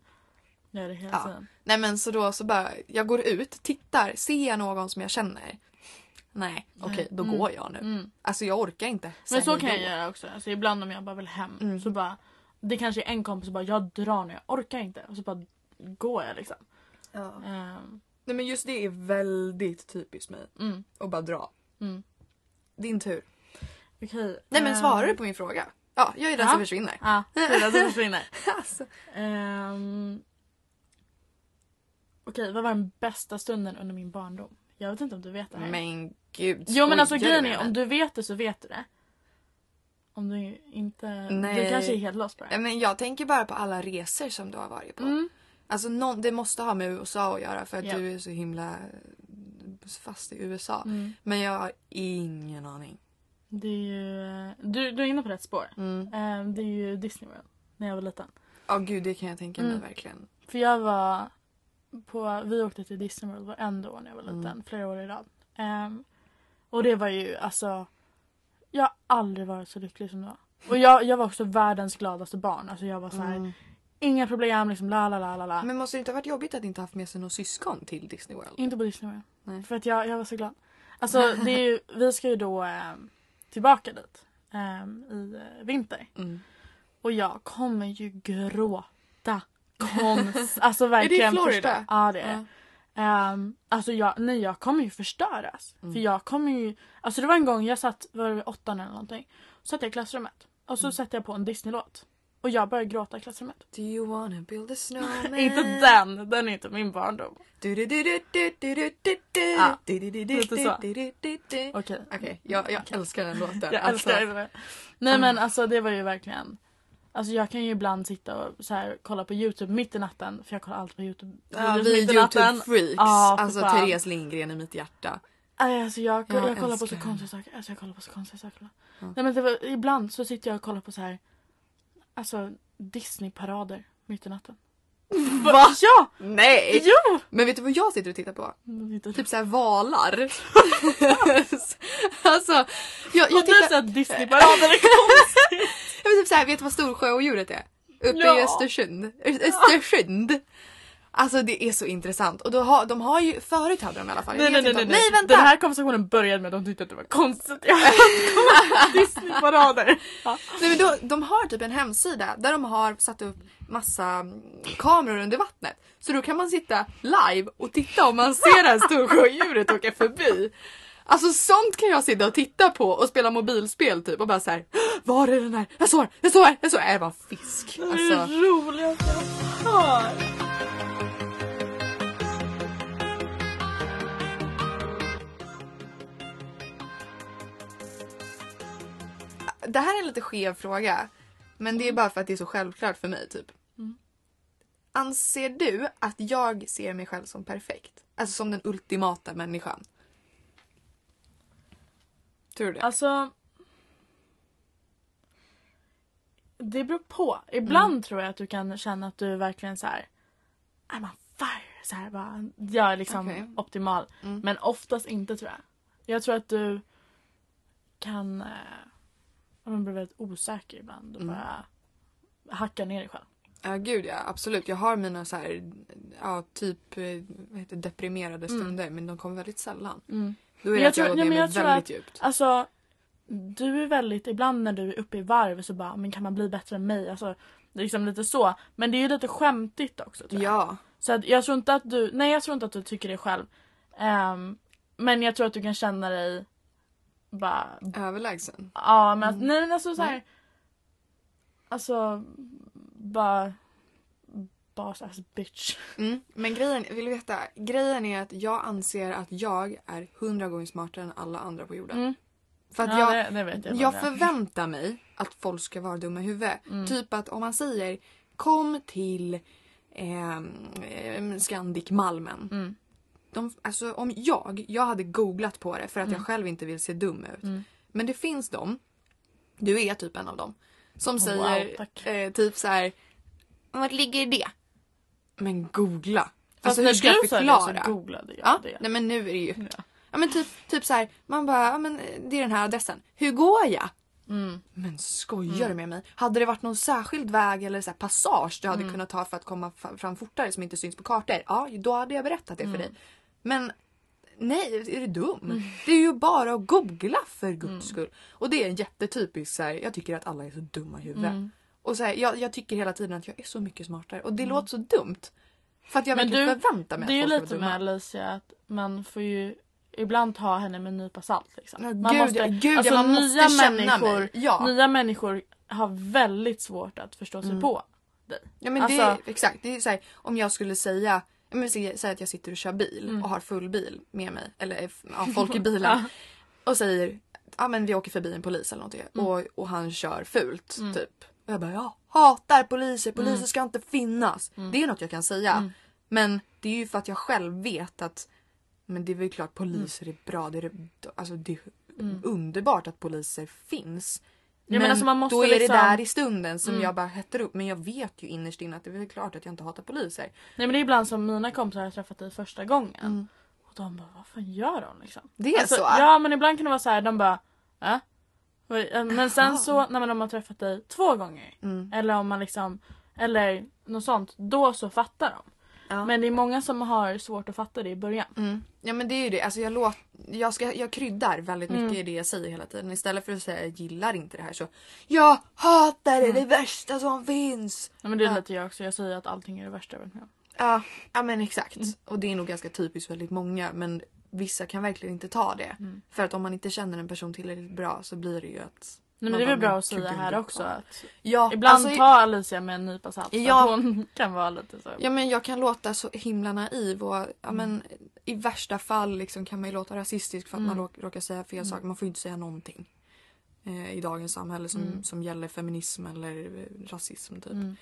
S2: Jag gör det hela
S1: Ja.
S2: tiden.
S1: Nej men så då så bara, jag går ut, tittar, ser jag någon som jag känner? Nej, okej då
S2: Mm.
S1: går jag nu.
S2: Mm.
S1: Alltså jag orkar inte.
S2: Men
S1: Säg
S2: så kan
S1: då.
S2: jag göra också. Alltså, ibland om jag bara vill hem
S1: Mm.
S2: så bara det kanske är en kompis som bara jag drar nu, jag orkar inte. Och så bara går jag liksom.
S1: Ja.
S2: Ehm,
S1: Nej men just det är väldigt typiskt mig.
S2: mm,
S1: Att bara dra.
S2: mm.
S1: Din tur.
S2: Okej.
S1: Nej men
S2: ehm,
S1: svarar du på min fråga? Ja, jag är den
S2: Ja.
S1: som försvinner.
S2: Ja, fyra som försvinner.
S1: Alltså.
S2: Ehm, Okej, vad var den bästa stunden under min barndom? Jag vet inte om du vet det här.
S1: Men gud.
S2: Jo men alltså
S1: skojar
S2: grejen
S1: du med
S2: är om
S1: mig?
S2: du vet det så vet du det. Om du inte... Du
S1: Nej.
S2: kanske är helt lost på det.
S1: Nej, men jag tänker bara på alla resor som du har varit på.
S2: Mm.
S1: Alltså någon, det måste ha med USA att göra för att
S2: Ja.
S1: du är så himla fast i USA.
S2: Mm.
S1: Men jag har ingen aning.
S2: Det är ju, du, du är inne på rätt spår.
S1: Ja mm.
S2: Ehm, det är ju Disney World när jag var liten.
S1: Ja, gud det kan jag tänka mig
S2: Mm.
S1: verkligen.
S2: För jag var på, vi åkte till Disney World varenda år när jag var liten,
S1: Mm.
S2: flera år i rad. Ehm, och det var ju alltså, jag har aldrig varit så lycklig som då. Och jag, jag var också världens gladaste barn. Alltså jag var så här,
S1: Mm.
S2: inga problem liksom la la la la la.
S1: Men måste det inte ha varit jobbigt att inte haft med sig någon syskon till Disney World?
S2: Inte på Disney World.
S1: Nej.
S2: För att jag, jag var så glad. Alltså det är ju, vi ska ju då ehm, tillbaka dit ehm, i eh, vinter.
S1: Mm.
S2: Och jag kommer ju gråta. Konst, alltså
S1: Är
S2: verkligen.
S1: det i Florida?
S2: förstör- Ja det är det.
S1: Ja.
S2: Ehm, alltså jag, nej jag kommer ju förstöras.
S1: Mm.
S2: För jag kommer ju, alltså det var en gång jag satt, var det åttan eller någonting. Så satt jag i klassrummet och
S1: Mm.
S2: så satte jag på en Disney-låt. Och jag började gråta i klassrummet.
S1: Do you wanna build a snowman?
S2: Inte den, den är inte min barndom. Ja, lite så.
S1: Okej,
S2: Okej.
S1: jag, jag älskar den låten.
S2: Jag
S1: Alltså,
S2: älskar det. Nej men
S1: Mm.
S2: alltså det var ju verkligen. Alltså jag kan ju ibland sitta och så här, kolla på Youtube mitt i natten. För jag kollar alltid på Youtube.
S1: Ja,
S2: videos
S1: vi
S2: mitt i natten.
S1: Youtube-freaks.
S2: Ja, för
S1: alltså
S2: fan.
S1: Therese Lindgren i mitt hjärta.
S2: Nej, Alltså jag, jag,
S1: Jag
S2: kollar på så
S1: älskar
S2: konstiga saker. Alltså jag kollar på så konstiga saker.
S1: Ja.
S2: Nej men det var, ibland så sitter jag och kollar på så här. Alltså Disney-parader mitt i natten. Va? Eh, typ, Ja!
S1: Nej!
S2: Jo!
S1: Men vet du vad jag sitter och tittar på? Typ
S2: Typ
S1: såhär valar. alltså, jag, jag
S2: jag tycker
S1: tittar...
S2: att Disney-parader är konstiga.
S1: Jag vet, typ såhär, vet du vad storsjöodjuret är? Uppe i
S2: Ja.
S1: Östersund. Ö- Östersund. Alltså det är så intressant. Och då har, de har ju, förut hade de i alla fall.
S2: Nej
S1: jag
S2: nej
S1: vet
S2: nej,
S1: inte
S2: nej
S1: om-
S2: nej.
S1: nej vänta!
S2: Den här konversationen började med att de tyckte att det var konstigt. Jag kollar på Disney-parader. Ja.
S1: Nej, men då, de har typ en hemsida där de har satt upp massa mm, kameror under vattnet. Så då kan man sitta live och titta om man ser det här storsjöodjuret åka förbi. Alltså sånt kan jag sitta och titta på och spela mobilspel typ och bara så här. Var är den här? Jag såg den, jag såg den, jag såg den. Äh, Det var en fisk.
S2: Det är
S1: Alltså.
S2: det roligaste jag hör.
S1: Det här är en lite skev fråga. Men det är bara för att det är så självklart för mig typ.
S2: Mm.
S1: Anser du att jag ser mig själv som perfekt? Alltså som den ultimata människan? Tror du det?
S2: Alltså. Det beror på. Ibland
S1: Mm.
S2: tror jag att du kan känna att du verkligen så här. I'm on fire. Så här bara. Jag är liksom
S1: Okej.
S2: optimal.
S1: Mm.
S2: Men oftast inte tror jag. Jag tror att du kan. Eh, ja, men bli väldigt osäker ibland och
S1: Mm.
S2: bara hacka ner dig själv.
S1: Ja gud ja, absolut. Jag har mina så här, ja, typ eh, vad heter, det, deprimerade
S2: Mm.
S1: stunder men de kommer väldigt sällan.
S2: Mm.
S1: Då är
S2: Men
S1: det
S2: jag
S1: att jag går
S2: tror- nej,
S1: ner
S2: men
S1: mig
S2: jag tror
S1: väldigt djupt.
S2: Alltså, du är väldigt, ibland när du är uppe i varv så bara, men kan man bli bättre än mig? Alltså, det är liksom lite så. Men det är ju lite skämtigt också tror jag.
S1: Ja.
S2: Så att jag tror inte att du, nej jag tror inte att du tycker det själv. Ehm, men jag tror att du kan känna dig bara, ja
S1: Överlägsen.
S2: men att-
S1: Mm.
S2: nej men alltså såhär.
S1: Nej.
S2: Alltså, bara, boss ass bitch.
S1: Mm. Men grejen, vill du veta? Grejen är att jag anser att jag är hundra gånger smartare än alla andra på jorden.
S2: Mm.
S1: För att
S2: ja,
S1: jag,
S2: det, det vet jag.
S1: Jag
S2: vad det är.
S1: förväntar mig att folk ska vara dumma i huvudet.
S2: Mm.
S1: Typ att om man säger kom till ehm, ehm, Scandic Malmen.
S2: Mm.
S1: De, alltså om jag, jag hade googlat på det för att
S2: Mm.
S1: jag själv inte vill se dum ut.
S2: Mm.
S1: Men det finns de, du är typ en av dem, som
S2: Wow,
S1: säger
S2: tack.
S1: eh, typ så här. Vart ligger det? Men googla.
S2: Fast
S1: alltså
S2: när
S1: hur ska
S2: du
S1: jag
S2: sa det
S1: förklara?
S2: så googlade jag
S1: Ja,
S2: det.
S1: nej men nu är det ju.
S2: Ja.
S1: Ja men typ, typ så här, man bara, ja men eh, det är den här adressen. Hur går jag?
S2: Mm.
S1: Men skojar du med mig? Hade det varit någon särskild väg eller så här passage du hade
S2: Mm.
S1: kunnat ta för att komma fa- fram fortare som inte syns på kartor? Ja, då hade jag berättat det
S2: Mm.
S1: för dig. Men nej, är du dum? Det är ju bara att googla för guds
S2: Mm.
S1: skull. Och det är en jättetypisk så här, jag tycker att alla är så dumma i huvudet.
S2: Mm.
S1: Och så här, jag, jag tycker hela tiden att jag är så mycket smartare och det låter så dumt. För att jag
S2: Mm. Men
S1: verkligen
S2: du,
S1: förväntar Typ mig
S2: Det är ju
S1: att folk ska
S2: lite
S1: vara
S2: med
S1: dumma.
S2: Alicia att man får ju ibland ta henne med en nypa salt. Liksom.
S1: Ja,
S2: Man
S1: gud, ja,
S2: måste,
S1: gud, ja,
S2: alltså,
S1: man måste
S2: nya,
S1: känna
S2: människor,
S1: mig. Ja. Mm.
S2: nya människor har väldigt svårt att förstå sig på dig.
S1: Ja men
S2: Alltså-
S1: det, exakt. Det är så här, om jag skulle säga ja, men säg, säg att jag sitter och kör bil och har full bil med mig, eller eh, ja, folk i bilen. Och säger ja men vi åker förbi en polis eller någonting och, och han kör fult typ. Och jag bara jag hatar poliser, poliser ska inte finnas. Det är något jag kan säga. Men det är ju för att jag själv vet att men det är väl klart poliser
S2: Mm.
S1: är bra. Det är, alltså, det är underbart att poliser finns.
S2: men alltså, man måste
S1: då är det
S2: liksom-
S1: där i stunden som jag bara hettar upp. Men jag vet ju innerst inne att det är väl klart att jag inte hatar poliser.
S2: Nej men det är ibland som mina kompisar har träffat dig första gången.
S1: Mm.
S2: Och de bara, vad fan gör de liksom?
S1: Det är så?
S2: Ja men ibland kan det vara så här, de bara, äh? Och, eh, Men sen så när man har träffat dig två gånger.
S1: Mm.
S2: Eller om man liksom, eller något sånt. Då så fattar de.
S1: Ja.
S2: Men det är många som har svårt att fatta det i början.
S1: Mm. Ja men det är ju det. Alltså, jag, låt, jag, ska, jag kryddar väldigt
S2: Mm.
S1: mycket i det jag säger hela tiden. Istället för att säga jag gillar inte det här så jag hatar
S2: Mm.
S1: det, det är det värsta som finns.
S2: Ja, men det är
S1: Ja.
S2: lite jag också, jag säger att allting är det värsta jag varit med om.
S1: Ja, Mm. ja men exakt. Och det är nog ganska typiskt väldigt många men vissa kan verkligen inte ta det. För att om man inte känner en person tillräckligt bra så blir det ju att...
S2: Nej,
S1: man
S2: men det är väl
S1: bara,
S2: bra att säga
S1: gud,
S2: här
S1: jag-
S2: också att
S1: Ja,
S2: ibland
S1: alltså,
S2: ta Alicia med en nypa salt. för
S1: Ja.
S2: att Hon kan vara lite så.
S1: Ja men jag kan låta så himla naiv och ja, men, i värsta fall liksom, kan man ju låta rasistisk för att man råk- råkar säga fel saker. Man får ju inte säga någonting. Eh, I dagens samhälle som, som gäller feminism eller eh, rasism typ.
S2: Mm.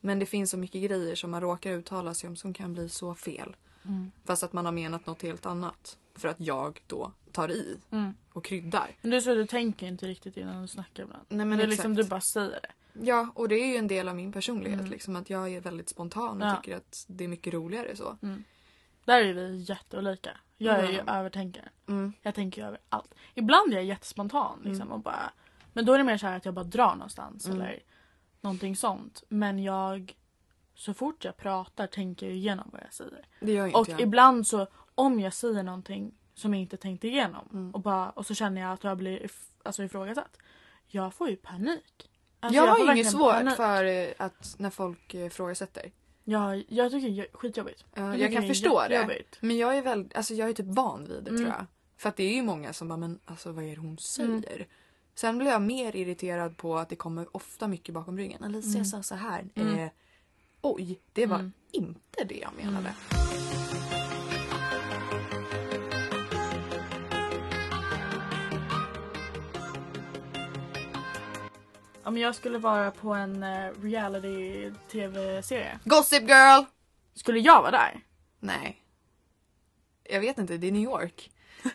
S1: Men det finns så mycket grejer som man råkar uttala sig om som kan bli så fel.
S2: Mm.
S1: Fast att man har menat något helt annat. För att jag då tar i
S2: Mm.
S1: och kryddar.
S2: Men det är så att du tänker inte riktigt innan du snackar ibland.
S1: Nej, men
S2: det är liksom,
S1: exakt.
S2: du bara säger det. Mm.
S1: Ja, och det är ju en del av min personlighet. Liksom, att jag är väldigt spontan och
S2: Ja.
S1: tycker att det är mycket roligare så.
S2: Mm. Där är vi jätteolika. Jag är ju
S1: Mm.
S2: övertänkare.
S1: Mm.
S2: Jag tänker ju över allt. Ibland är jag jättespontan liksom, och bara, men då är det mer så här att jag bara drar någonstans
S1: Mm.
S2: eller någonting sånt. Men jag, så fort jag pratar tänker jag igenom vad jag säger.
S1: Det gör ju inte
S2: Och
S1: jag.
S2: ibland så om jag säger någonting som jag inte tänkt igenom
S1: Mm.
S2: och, bara, och så känner jag att jag blir if- alltså, ifrågasatt. Jag får ju panik. Alltså,
S1: jag
S2: får
S1: har inget
S2: verkligen
S1: svårt
S2: panik.
S1: för eh, att när folk eh, frågasätter.
S2: Ja, jag tycker det är skitjobbigt.
S1: Eh, Jag,
S2: tycker
S1: kan
S2: det är
S1: förstå det.
S2: jättejobbigt.
S1: Men jag är, väl, alltså jag är typ van vid det
S2: Mm.
S1: tror jag. För att det är ju många som bara, men alltså vad är det hon säger? Sen blir jag mer irriterad på att det kommer ofta mycket bakom ryggen. Alicia sa så här. Eh, oj, det var
S2: Mm.
S1: inte det jag menade.
S2: Om jag skulle vara på en eh, reality-tv-serie,
S1: Gossip girl!
S2: skulle jag vara där?
S1: Nej. Jag vet inte, det är New York.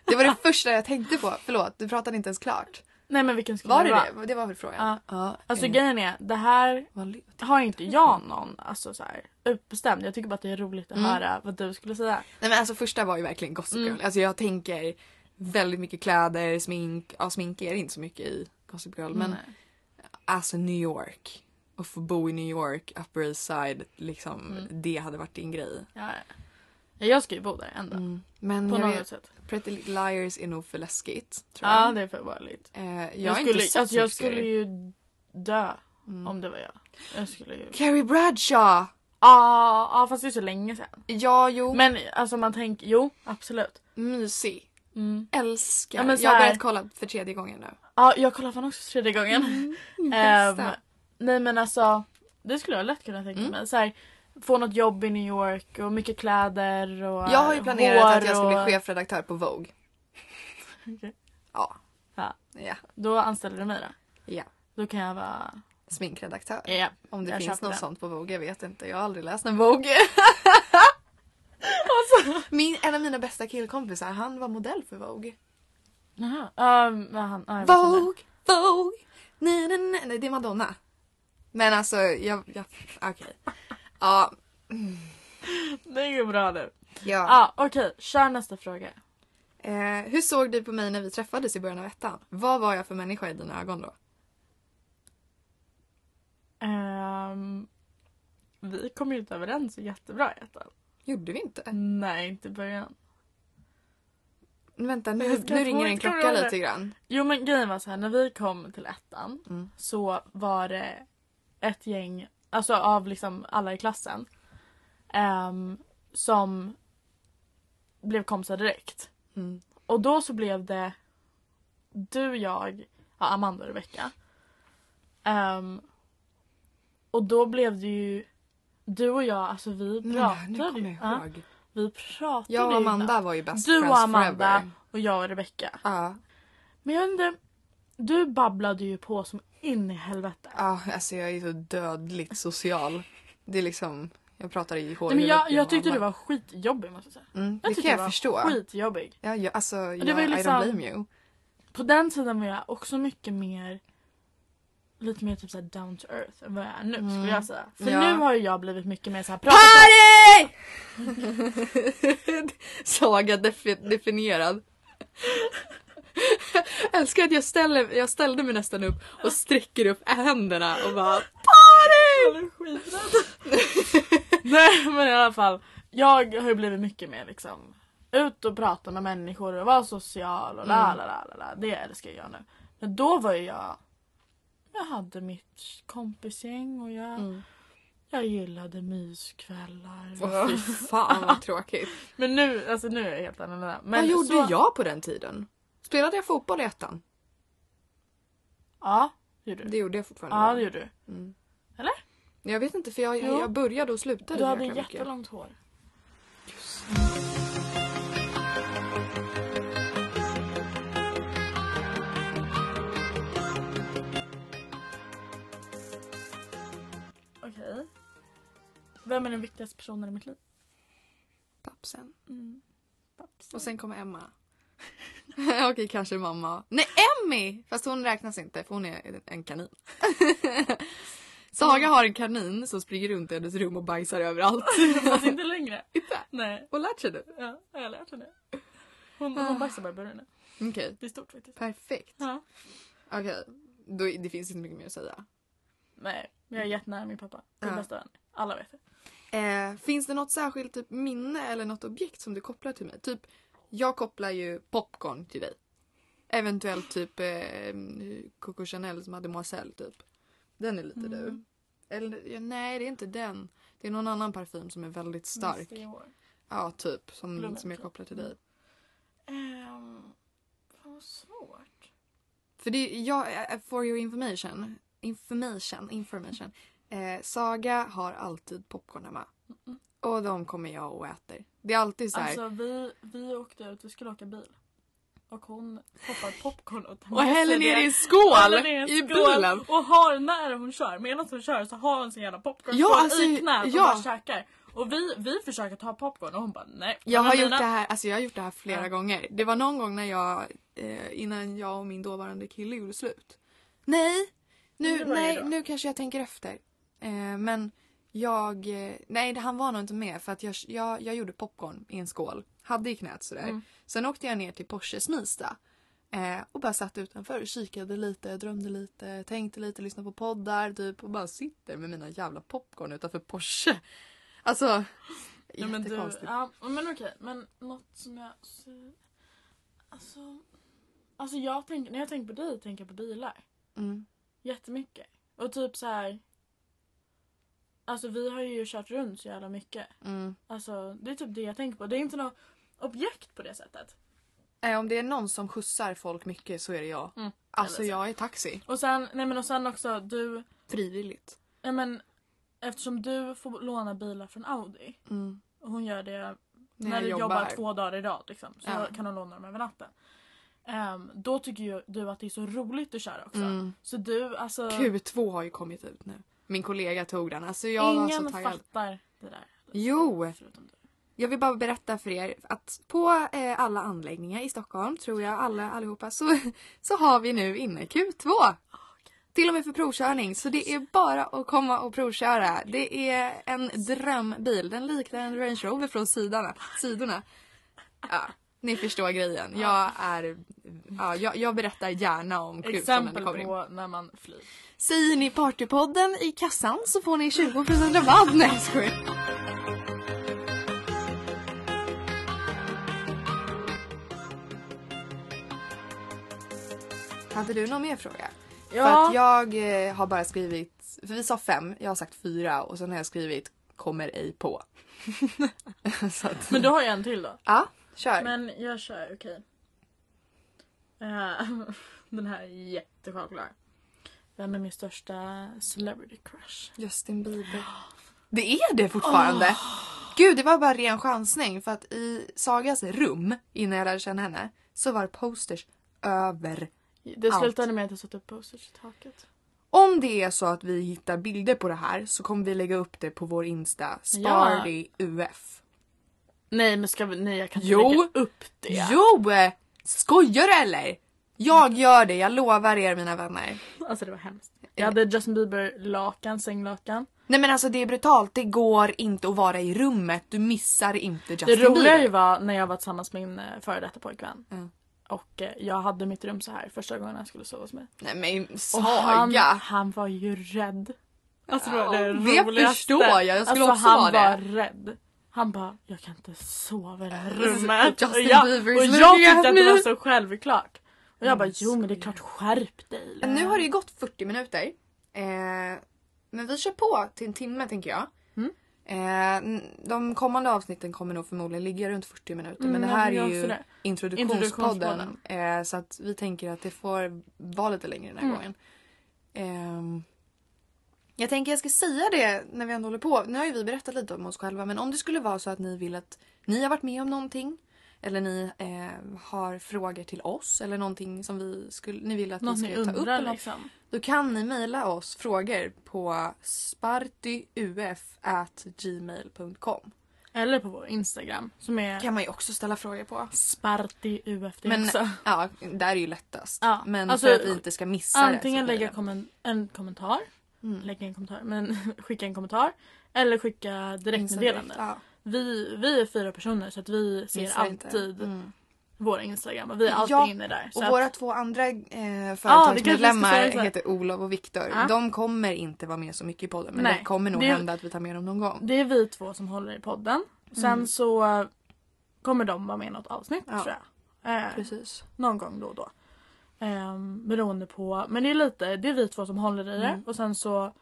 S1: Det var det första jag tänkte på. Förlåt, du pratade inte ens klart.
S2: Nej men vilken skulle
S1: Var
S2: jag
S1: det
S2: vara?
S1: det? Det var väl frågan? Ja,
S2: Alltså
S1: eh,
S2: grejen är, det här
S1: vad lut-
S2: har inte jag någon alltså, så här, utbestämd. Jag tycker bara att det är roligt att
S1: Mm.
S2: höra vad du skulle säga.
S1: Nej men alltså första var ju verkligen Gossip
S2: Mm.
S1: Girl. Alltså jag tänker väldigt mycket kläder, smink. Ja smink är det inte så mycket i Gossip Girl men
S2: Nej.
S1: alltså New York. Och få bo i New York, Upper East Side, liksom
S2: Mm.
S1: det hade varit din grej. Mm.
S2: Ja, ja. jag ska ju bo där ändå.
S1: Men
S2: Mm. På
S1: jag
S2: något
S1: vet,
S2: sätt.
S1: Pretty Little Liars är nog för läskigt. Tror
S2: Ja
S1: jag.
S2: det är för vanligt.
S1: Eh, jag,
S2: Jag,
S1: har
S2: skulle,
S1: inte sett
S2: alltså,
S1: så
S2: jag
S1: mycket
S2: skulle
S1: serier.
S2: ju dö
S1: Mm.
S2: om det var jag. Jag skulle ju...
S1: Carrie Bradshaw!
S2: Ja ah, fast det är så länge sedan.
S1: Ja jo,
S2: Men alltså man tänker, jo absolut.
S1: mysig.
S2: Mm.
S1: Älskar.
S2: Ja, men så
S1: jag har
S2: här-
S1: börjat kolla för tredje gången nu.
S2: Ja jag kollar fan också tredje gången. Ehm,
S1: Bästa.
S2: nej men alltså, det skulle jag lätt kunna tänka
S1: Mm.
S2: mig. Så här, få något jobb i New York och mycket kläder och
S1: jag har ju planerat
S2: hår
S1: att jag ska
S2: och-
S1: bli chefredaktör på Vogue.
S2: Okej.
S1: Ja.
S2: Ja.
S1: Ja.
S2: Då anställer du mig då.
S1: ja.
S2: Då kan jag vara...
S1: Sminkredaktör.
S2: Ja.
S1: Om det
S2: Jag
S1: finns
S2: köper
S1: något
S2: den.
S1: sånt på Vogue, jag vet inte. Jag har aldrig läst en Vogue.
S2: Alltså.
S1: Min, en av mina bästa killkompisar, han var modell för Vogue.
S2: Jaha. Ehm, men han, ja, jag vet inte.
S1: Vogue, Vogue. Nej, nej, nej, nej, det är Madonna. Men alltså, jag... jag Okej. Ja,
S2: Det är ju bra nu.
S1: ja.
S2: Ja, okej. Kör nästa fråga.
S1: Eh, hur såg du på mig när vi träffades i början av ettan? Vad var jag för människa i dina ögon då?
S2: Ehm, vi kom ju inte överens jättebra i ettan.
S1: Gjorde vi inte?
S2: Nej, inte i början.
S1: Vänta,
S2: Jag
S1: nu,
S2: ska
S1: nu
S2: få
S1: ringer en
S2: ett kronor
S1: klocka
S2: där.
S1: lite grann.
S2: Jo men grejen var så här, när vi kom till ettan
S1: Mm.
S2: så var det ett gäng, alltså av liksom alla i klassen, ehm, som blev kompisar direkt.
S1: Mm.
S2: Och då så blev det du, jag, ja, Amanda och Rebecka. Ehm, och då blev det ju du och jag, alltså vi
S1: Nu,
S2: pratade,
S1: nu kommer jag
S2: ju- ja,
S1: ihåg.
S2: vi pratade
S1: Jag och
S2: ju ibland.
S1: Amanda var ju best
S2: Du och
S1: friends
S2: Amanda
S1: forever.
S2: och jag och Rebecka.
S1: Ja,
S2: Men jag vet inte, du babblade ju på som in i helvete.
S1: ja, alltså jag är så dödligt social. Det är liksom, jag pratar i hål
S2: Nej, men
S1: i
S2: jag,
S1: huvudet,
S2: jag tyckte
S1: och
S2: du
S1: Amanda.
S2: var skitjobbig måste jag säga.
S1: Mm,
S2: Jag
S1: det
S2: tyckte
S1: kan
S2: du
S1: jag
S2: var
S1: förstå.
S2: Skitjobbig.
S1: Ja, jag, alltså, jag,
S2: det var ju
S1: I
S2: liksom-
S1: don't blame you.
S2: På den tiden var jag också mycket mer lite mer typ såhär down to earth än vad jag är nu skulle jag säga. För
S1: Mm. Ja.
S2: nu har ju jag blivit mycket mer såhär pratat om-
S1: Party! Saga defi- definierad. Älskar att jag, ställer, jag ställde mig nästan upp och sträcker upp händerna och bara
S2: Jag
S1: Party!
S2: är skiträdd. Nej men i alla fall. Jag har ju blivit mycket mer liksom ut och prata med människor och vara social och la
S1: Mm.
S2: la la la la. Det älskar jag nu. Men då var ju jag jag hade mitt kompisgäng och jag,
S1: Mm.
S2: jag gillade myskvällar.
S1: Åh, fy fan vad tråkigt.
S2: Men nu, alltså nu är jag helt annorlunda. Men
S1: vad gjorde
S2: så,
S1: jag på den tiden? Spelade jag fotboll i ettan?
S2: Ja, gjorde du.
S1: Det gjorde jag fortfarande.
S2: Ja, det gjorde du.
S1: Mm.
S2: Eller?
S1: Jag vet inte för jag,
S2: Jo.
S1: jag började och slutade
S2: Du hade
S1: jäkla mycket.
S2: jättelångt hår. Okej. Vem är den viktigaste personen i mitt liv?
S1: Pappsen.
S2: Mm.
S1: Och sen kommer Emma. Okej, kanske mamma. Nej, Emmy! Fast hon räknas inte för hon är en kanin. Saga har en kanin som springer runt i hennes rum och bajsar överallt.
S2: Fast inte längre.
S1: Inte?
S2: Nej,
S1: Och lärt sig nu.
S2: ja, jag har lärt henne. Hon,
S1: Ah.
S2: hon bajsar bara i burarna.
S1: Okej,
S2: Det är stort faktiskt.
S1: perfekt.
S2: Ja.
S1: Okej, då det finns inte mycket mer att säga.
S2: Nej, men jag är jättenära min pappa. Det är
S1: Mm. Ja.
S2: bästa vän. Alla vet det.
S1: Eh, finns det något särskilt typ, minne eller något objekt som du kopplar till mig? Typ, jag kopplar ju popcorn till dig. Eventuellt typ eh, Coco Chanels Mademoiselle typ. Den är lite
S2: Mm.
S1: du. Eller ja, nej, det är inte den. Det är någon annan parfym som är väldigt stark.
S2: Nästa år.
S1: Ja, typ. Som,
S2: Blommen,
S1: som jag
S2: typ.
S1: kopplar till dig.
S2: Ehm, fan vad svårt.
S1: För det är, jag, eh, for your information. Information, information. Eh, Saga har alltid popcorn hemma. Och de kommer jag och äter. Det är alltid så här.
S2: Alltså vi, vi åkte ut, vi skulle åka bil. Och hon poppar popcorn åt
S1: Och häller ner i en skål
S2: Häller ner en
S1: i
S2: skål
S1: bilen.
S2: Och har när hon kör, medan hon kör så har hon sin jävla popcorn
S1: Ja,
S2: kvar
S1: alltså,
S2: i knät och
S1: ja.
S2: bara käkar. Och vi, vi försöker ta popcorn och hon bara nej.
S1: Jag
S2: Men
S1: har, gjort
S2: mina-
S1: det här, alltså jag har gjort det här flera
S2: Ja.
S1: gånger. Det var någon gång när jag, eh, innan jag och min dåvarande kille gjorde slut. Nej,
S2: Men
S1: nu,
S2: det var
S1: nej,
S2: det då.
S1: nu kanske jag tänker efter. Eh, men jag, eh, nej det- han var nog inte med för att jag, jag, jag gjorde popcorn i en skål. Hade i knät sådär.
S2: Mm.
S1: Sen åkte jag ner till Porsche Smista. Eh, och bara satt utanför, kikade lite, drömde lite, tänkte lite, lyssnade på poddar typ. Och bara sitter med mina jävla popcorn utanför Porsche. Alltså,
S2: Nej, men du,
S1: jättekonstigt.
S2: ja, men okej, men något som jag... Alltså, alltså jag tänker, när jag tänker på dig tänker jag på bilar.
S1: Mm.
S2: Jättemycket. Och typ så här. Alltså vi har ju kört runt så jävla mycket.
S1: Mm.
S2: Alltså det är typ det jag tänker på. Det är inte något objekt på det sättet.
S1: Nej, Eh, om det är någon som skjutsar folk mycket så är det jag.
S2: Mm.
S1: Alltså
S2: Eller så.
S1: jag är taxi.
S2: Och sen, nej men och sen också du,
S1: Frivilligt.
S2: nej men eftersom du får låna bilar från Audi
S1: Mm.
S2: och hon gör det
S1: När,
S2: när
S1: jag
S2: du jobbar.
S1: jobbar.
S2: två dagar i rad liksom, så
S1: Ja.
S2: kan hon låna dem över natten. Ehm, då tycker ju du att det är så roligt att köra också.
S1: Mm.
S2: Så du alltså,
S1: Q2 har ju kommit ut nu. Min kollega tog den. Alltså jag var
S2: ingen
S1: så taggad.
S2: fattar det där.
S1: Jo.
S2: Förutom du.
S1: Jag vill bara berätta för er att på eh, alla anläggningar i Stockholm, tror jag, alla, allihopa, så, så har vi nu inne Q2. Till och med för provkörning. Så det är bara att komma och provköra. Det är en drömbil. Den liknar en Range Rover från sidorna. sidorna. Ja. Ni förstår grejen. Jag
S2: Ja.
S1: är... Ja, jag, jag berättar gärna om kul som den
S2: Exempel
S1: kommer in.
S2: på när man flyr.
S1: Säger ni Partypodden i kassan så får ni 20% rabatt. Nej jag skojar. Hade du någon mer fråga? För att jag eh, har bara skrivit, för vi sa fem, jag har sagt fyra och sen har jag skrivit kommer ej på. så att,
S2: Men du har ju en till då.
S1: ja, kör.
S2: Men jag kör, okej. Eh, den här är jättesjälvklar. Vem är min största celebrity crush?
S1: Justin Bieber. Det är det fortfarande.
S2: Ah.
S1: Gud, det var bara ren chansning för att i Sagas rum innan jag lärde känna henne så var posters över.
S2: Det
S1: Allt.
S2: slutade med att jag satte upp posters i taket.
S1: Om det är så att vi hittar bilder på det här så kommer vi lägga upp det på vår Insta, spardyuf.
S2: Nej men ska vi, nej jag kan inte
S1: Jo.
S2: lägga upp det.
S1: Jo! eh, Skojar du eller? Jag gör det, jag lovar er mina vänner.
S2: Alltså det var hemskt. Jag hade Justin Bieber lakan, sänglakan.
S1: Nej men alltså det är brutalt, det går inte att vara i rummet, du missar inte Justin
S2: Det roliga ju
S1: Bieber.
S2: var när jag var tillsammans med min eh, före detta pojkvän.
S1: Mm.
S2: Och eh, jag hade mitt rum så här första gången han skulle sova hos mig.
S1: Nej men
S2: Och
S1: Saga!
S2: han, han var ju rädd. Alltså det var det
S1: det
S2: roligaste.
S1: förstår jag. Jag skulle
S2: alltså,
S1: också
S2: han
S1: vara det. Äh,
S2: var rädd. Han bara, jag kan inte sova i det här rummet.
S1: Justin
S2: och jag,
S1: Bieber is
S2: och jag
S1: looking at
S2: tyckte att det var
S1: me.
S2: så självklart. Och jag bara, jo men det är
S1: Mm, skojar.
S2: klart skärp dig.
S1: Men Nu har det ju gått 40 minuter. Eh, men vi kör på till en timme tänker jag.
S2: Mm.
S1: Eh, n- de kommande avsnitten kommer nog förmodligen ligga runt 40 minuter.
S2: Mm,
S1: men det
S2: jag
S1: här
S2: tror
S1: är
S2: också
S1: ju
S2: det.
S1: introduktionspodden.
S2: Introduktionspodden.
S1: Eh, så att vi tänker att det får vara lite längre den här
S2: Mm.
S1: gången. Ehm, jag tänker jag ska säga det när vi ändå håller på. Nu har ju vi berättat lite om oss själva men om det skulle vara så att ni vill att ni har varit med om någonting eller ni eh, har frågor till oss eller någonting som vi skulle, ni vill att
S2: Något
S1: vi
S2: ni
S1: ska ta upp. Eller
S2: undrar
S1: något.
S2: liksom.
S1: Då kan ni mejla oss frågor på spartyuf.gmail.com.
S2: Eller på vår Instagram som är
S1: kan man ju också ställa frågor på.
S2: spartiufd
S1: Men-
S2: också.
S1: Ja, där är ju lättast.
S2: Ja,
S1: Men
S2: alltså,
S1: för att vi inte ska missa
S2: Antingen
S1: det. så blir
S2: lägga
S1: det-
S2: kommen, en kommentar.
S1: Mm.
S2: Lägga en kommentar, men skicka en kommentar. Eller skicka
S1: Insta
S2: direktmeddelande.
S1: direkt,
S2: Vi, vi är fyra personer så att vi
S1: ja.
S2: ser
S1: Missa inte.
S2: alltid
S1: Mm.
S2: vår Instagram och vi är alltid
S1: Ja,
S2: inne där. Så
S1: Och
S2: att-
S1: våra två andra eh,
S2: det kanske vi ska
S1: företagsmedlemmar
S2: säga så här.
S1: heter Olof och Viktor.
S2: Ja.
S1: De kommer inte vara med så mycket i podden men
S2: Nej,
S1: det kommer nog
S2: det-
S1: hända att vi tar med dem någon gång.
S2: Det är vi två som håller i podden. Sen
S1: Mm.
S2: så kommer de vara med i något avsnitt
S1: Ja.
S2: tror jag. Eh,
S1: Precis.
S2: någon gång då och då. Eh, beroende på, men det är lite, det är vi två som håller i det
S1: Mm.
S2: och sen så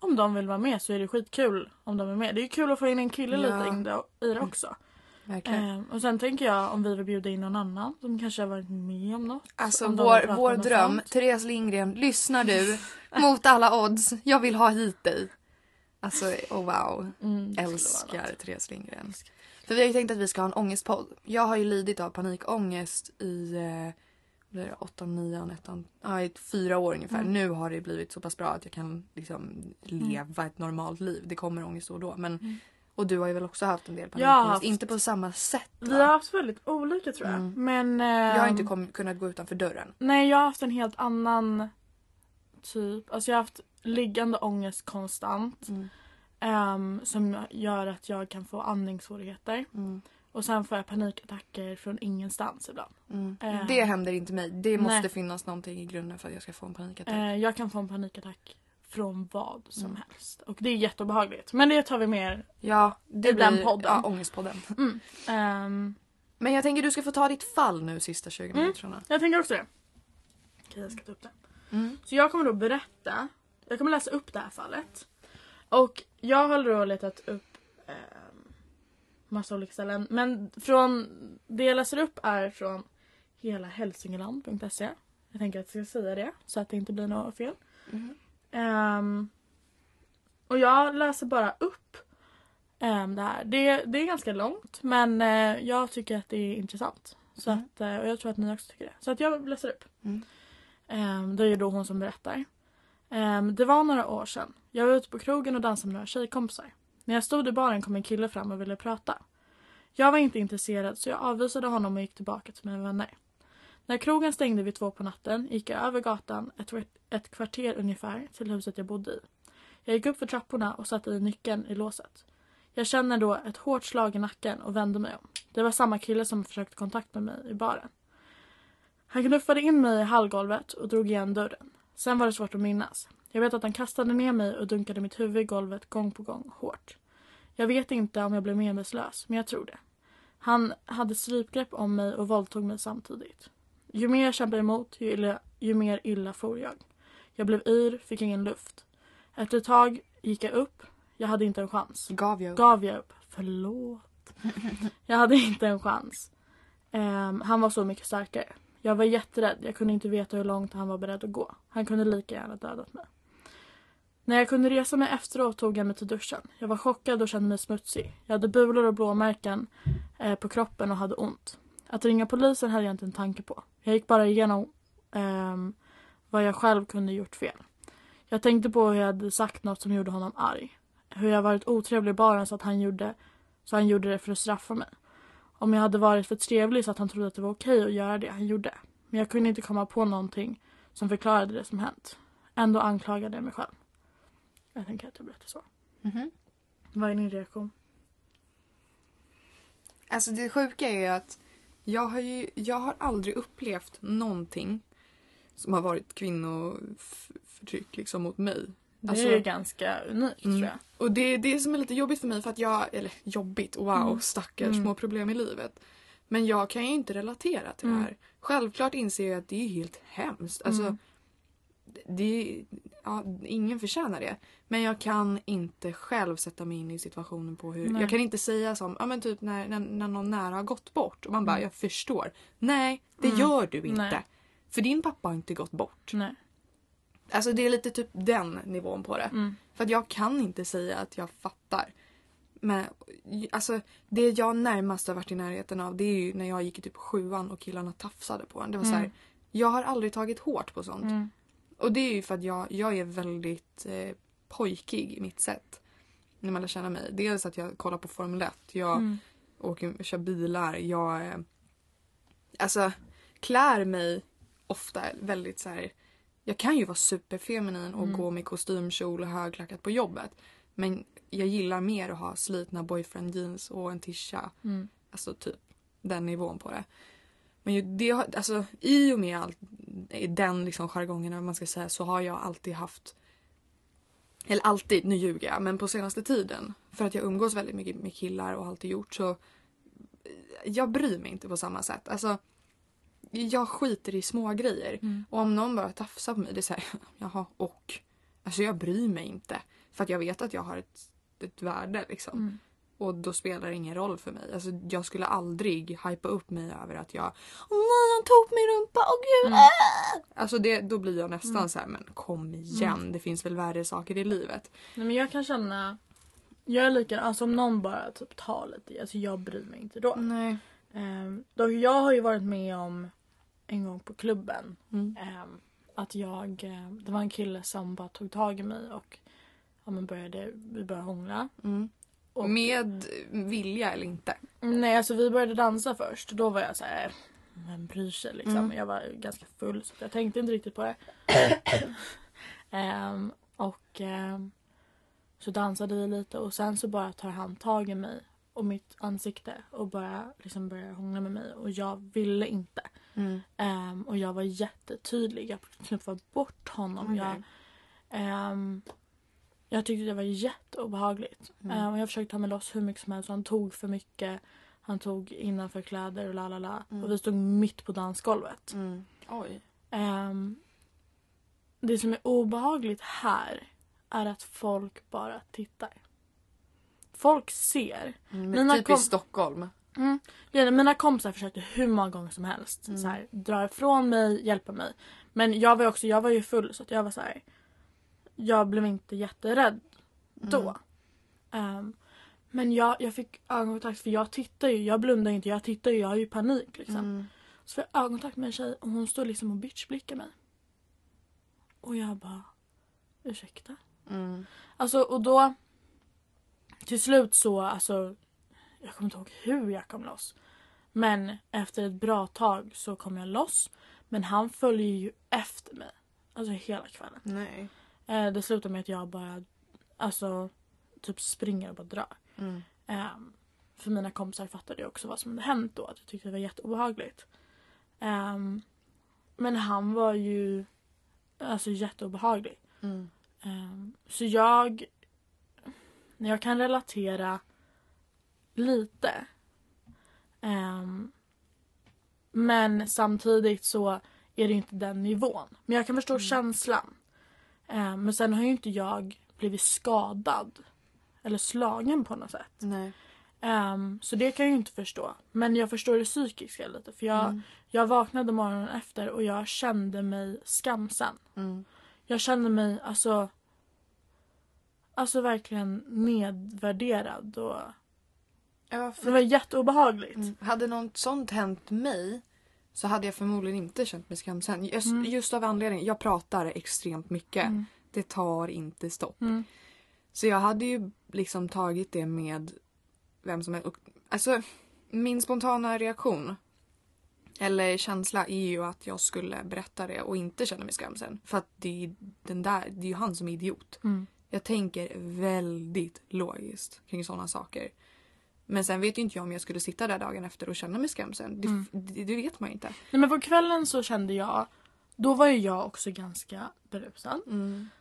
S2: om de vill vara med så är det skitkul om de är med. Det är ju kul att få in en kille
S1: Ja.
S2: lite in det, i det också.
S1: Verkligen.
S2: Eh, och sen tänker jag om vi vill bjuda in någon annan som kanske har varit med om något.
S1: Alltså
S2: om de
S1: vår,
S2: vill prata
S1: vår
S2: om något
S1: dröm,
S2: sånt.
S1: Therese Lindgren, lyssnar du? Mot alla odds, jag vill ha hit dig. Alltså, oh wow.
S2: Mm, det skulle vara
S1: Älskar Therese Lindgren.
S2: Älskar.
S1: För vi har ju tänkt att vi ska ha en ångestpodd. Jag har ju lidit av panikångest i eh, vad är det, åttan, nian, ettan, ja, i fyra år ungefär.
S2: Mm.
S1: Nu har det blivit så pass bra att jag kan liksom leva ett normalt liv. Det kommer ångest då och då. Men,
S2: Mm.
S1: Och du har ju väl också haft en del
S2: Jag har
S1: panikångest.
S2: haft-
S1: Inte på samma sätt
S2: något. Vi har
S1: va?
S2: haft väldigt olika tror jag.
S1: Mm.
S2: Men,
S1: Jag har inte
S2: ehm,
S1: kom, kunnat gå utanför dörren.
S2: Nej, jag har haft en helt annan typ. Alltså jag har haft liggande ångest konstant
S1: Mm.
S2: ehm, som gör att jag kan få andningssvårigheter.
S1: Mm.
S2: Och sen får jag panikattacker från ingenstans ibland.
S1: Mm.
S2: Eh.
S1: Det händer inte mig. Det måste
S2: Nej.
S1: finnas någonting i grunden för att jag ska få en panikattack.
S2: Eh, jag kan få en panikattack från vad som
S1: Mm.
S2: helst. Och det är jätteobehagligt. Men det tar vi med er.
S1: ja, det
S2: i den
S1: blir
S2: podden.
S1: Ja, ångestpodden.
S2: Ehm,
S1: Men jag tänker du ska få ta ditt fall nu sista 20
S2: Mm.
S1: minuterna.
S2: jag tänker också det. Okej, jag ska ta upp det.
S1: Mm.
S2: Så jag kommer då berätta, jag kommer läsa upp det här fallet. Och jag har då letat upp eh, massa olika ställen. Men från det jag läser upp är från helahälsingeland.se. Jag tänker att jag ska säga det så att det inte blir något fel.
S1: Mm.
S2: Ehm, och jag läser bara upp ehm, det här. Det, det är ganska långt men eh, jag tycker att det är intressant. Så
S1: Mm.
S2: att, eh, och jag tror att ni också tycker det. Så att jag läser upp.
S1: Mm.
S2: Ehm, det är ju då hon som berättar. Ehm, det var några år sedan. Jag var ute på krogen och dansade med några tjejkompisar. När jag stod i baren kom en kille fram och ville prata. Jag var inte intresserad så jag avvisade honom och gick tillbaka till mina vänner. När krogen stängde vid två på natten gick jag över gatan ett, ett kvarter ungefär till huset jag bodde i. Jag gick upp för trapporna och satte i nyckeln i låset. Jag känner då ett hårt slag i nacken och vänder mig om. Det var samma kille som försökte kontakt med mig i baren. Han knuffade in mig i hallgolvet och drog igen dörren. Sen var det svårt att minnas. Jag vet att han kastade ner mig och dunkade mitt huvud i golvet gång på gång hårt. Jag vet inte om jag blev medvetslös, men jag tror det. Han hade strypgrepp om mig och våldtog mig samtidigt. Ju mer jag kämpade emot, ju, illa, ju mer illa for jag. Jag blev yr, fick ingen luft. Efter ett tag gick jag upp. Jag hade inte en chans.
S1: Gav jag upp.
S2: Gav jag upp. Förlåt. Jag hade inte en chans. Ehm, han var så mycket starkare. Jag var jätterädd. Jag kunde inte veta hur långt han var beredd att gå. Han kunde lika gärna dödat mig. När jag kunde resa mig efteråt tog jag mig till duschen. Jag var chockad och kände mig smutsig. Jag hade bulor och blåmärken eh, på kroppen och hade ont. Att ringa polisen hade jag inte en tanke på. Jag gick bara igenom ehm, vad jag själv kunde gjort fel. Jag tänkte på hur jag hade sagt något som gjorde honom arg. Hur jag varit otrevlig i baren så att han gjorde, så han gjorde det för att straffa mig. Om jag hade varit för trevlig så att han trodde att det var okej att göra det han gjorde. Men jag kunde inte komma på någonting som förklarade det som hänt. Ändå anklagade jag mig själv. Jag tänker att jag berättar så.
S1: Mhm.
S2: Vad är din reaktion?
S1: Alltså det sjuka är att jag har ju, jag har aldrig upplevt någonting som har varit kvinnoförtryck liksom mot mig.
S2: Det
S1: Alltså-
S2: är ju ganska unikt
S1: Mm.
S2: tror jag.
S1: Och det är det som är lite jobbigt för mig för att jag, eller jobbigt, wow
S2: Mm.
S1: stackars
S2: Mm.
S1: små problem i livet. Men jag kan ju inte relatera till det
S2: Mm.
S1: här. Självklart inser jag att det är helt hemskt. Alltså,
S2: Mm.
S1: det, ja, ingen förtjänar det. Men jag kan inte själv sätta mig in i situationen på hur...
S2: Nej.
S1: Jag kan inte säga som ja, men typ när, när, när någon nära har gått bort och man bara
S2: Mm.
S1: jag förstår. Nej, det
S2: Mm.
S1: gör du inte.
S2: Nej. Mm.
S1: För din pappa har inte gått bort.
S2: Nej.
S1: Alltså det är lite typ den nivån på det.
S2: Mm.
S1: För att jag kan inte säga att jag fattar. Men alltså, det jag närmast har varit i närheten av det är ju när jag gick i typ sjuan och killarna tafsade på en. Det var så här,
S2: Mm.
S1: jag har aldrig tagit hårt på sånt.
S2: Mm.
S1: Och det är ju för att jag, jag är väldigt eh, pojkig i mitt sätt. När man lär känna mig. Dels att jag kollar på Formel 1. Jag
S2: Mm.
S1: åker, kör bilar. Jag eh, alltså, klär mig ofta väldigt så här. Jag kan ju vara superfeminin och
S2: Mm.
S1: gå med kostymkjol och högklackat på jobbet. Men jag gillar mer att ha slitna boyfriend jeans och en tisha.
S2: Mm.
S1: Alltså typ den nivån på det. Men ju, det, har- alltså, i och med allt, i den liksom jargongen om man ska säga så har jag alltid haft eller alltid, nu ljuger jag, men på senaste tiden för att jag umgås väldigt mycket med killar och alltid gjort så eh, jag bryr mig inte på samma sätt. Alltså, jag skiter i små grejer.
S2: Mm.
S1: Och om någon bara tafsar på mig, det är såhär, jaha, och? Alltså jag bryr mig inte. För att jag vet att jag har ett, ett värde liksom.
S2: Mm.
S1: Och då spelar det ingen roll för mig. Alltså, jag skulle aldrig hypa upp mig över att jag Åh nej, han tog min rumpa, åh gud!
S2: Mm.
S1: äh!" Alltså det, då blir jag nästan
S2: Mm.
S1: så här, men kom igen, det finns väl värre saker i livet.
S2: Nej, men jag kan känna... Jag är lika, alltså om någon bara typ tar lite, alltså jag bryr mig inte då.
S1: Nej.
S2: Ehm, dock jag har ju varit med om en gång på klubben
S1: Mm.
S2: ehm, att jag, eh, det var en kille som bara tog tag i mig och ja, men började, vi började hångla.
S1: Mm.
S2: Och,
S1: Med vilja eller inte.
S2: Nej alltså vi började dansa först och då var jag så här, vem bryr sig liksom.
S1: Mm.
S2: Jag var ganska full så jag tänkte inte riktigt på det. Ehm, och ehm, så dansade vi lite och sen så bara tar han tag i mig och mitt ansikte och bara liksom börjar hångla med mig och jag ville inte.
S1: Mm.
S2: Ehm, och jag var jättetydlig. Jag knuffade bort honom.
S1: Okej.
S2: Jag, ehm, jag tyckte det var jätteobehagligt.
S1: Mm.
S2: Ehm, och jag försökte ta mig loss hur mycket som helst. Han tog för mycket. Han tog innanför kläder och la la la.
S1: Mm.
S2: Och vi stod mitt på dansgolvet.
S1: Mm. Oj.
S2: Ehm, det som är obehagligt här är att folk bara tittar. Folk ser.
S1: Mm,
S2: Mina
S1: typ i
S2: kom-
S1: Stockholm.
S2: Mm. Lena, Mina kompisar försökte hur många gånger som helst
S1: Mm.
S2: så här, dra ifrån mig, hjälpa mig. Men jag var, ju också, jag var ju full så att jag var så här. Jag blev inte jätterädd då.
S1: Mm.
S2: Ehm, men jag, jag fick ögonkontakt för jag tittar ju, jag blundar ju inte, jag tittar ju, jag har ju panik liksom.
S1: Mm.
S2: Så får jag ögonkontakt med en tjej och hon står liksom och bitchblickar mig. Och jag bara, ursäkta?
S1: Mm.
S2: Alltså och då till slut så alltså jag kommer inte ihåg hur jag kom loss. Men efter ett bra tag så kom jag loss. Men han följer ju efter mig. Alltså hela kvällen.
S1: Nej.
S2: Eh, det slutar med att jag bara alltså typ springer och bara drar.
S1: Mm.
S2: Ehm, för mina kompisar fattade ju också vad som hade hänt då. Att jag tyckte det var jätteobehagligt. Ehm, men han var ju alltså jätteobehaglig.
S1: Mm.
S2: Ehm, så jag... Jag kan relatera lite. Ehm, men samtidigt så är det ju inte den nivån. Men jag kan förstå
S1: Mm.
S2: känslan. Ehm, men sen har ju inte jag blivit skadad. Eller slagen på något sätt.
S1: Nej.
S2: Ehm, så det kan jag ju inte förstå. Men jag förstår det psykiska lite. För jag,
S1: Mm.
S2: jag vaknade morgonen efter och jag kände mig skamsen.
S1: Mm.
S2: Jag kände mig alltså Alltså verkligen nedvärderad och
S1: Ja, vad
S2: det var jätteobehagligt.
S1: Mm. Hade något sånt hänt mig så hade jag förmodligen inte känt mig skamsen. Just,
S2: Mm.
S1: just av anledningen, jag pratar extremt mycket.
S2: Mm.
S1: Det tar inte stopp.
S2: Mm.
S1: Så jag hade ju liksom tagit det med vem som helst. Och, alltså, min spontana reaktion eller känsla är ju att jag skulle berätta det och inte känna mig skamsen. För att det är ju den där, det är ju han som är idiot.
S2: Mm.
S1: Jag tänker väldigt logiskt kring sådana saker. Men sen vet ju inte jag om jag skulle sitta där dagen efter och känna mig skamsen. Det,
S2: Mm.
S1: det, det vet man ju inte.
S2: Nej, men på kvällen så kände jag, då var ju jag också ganska berusad.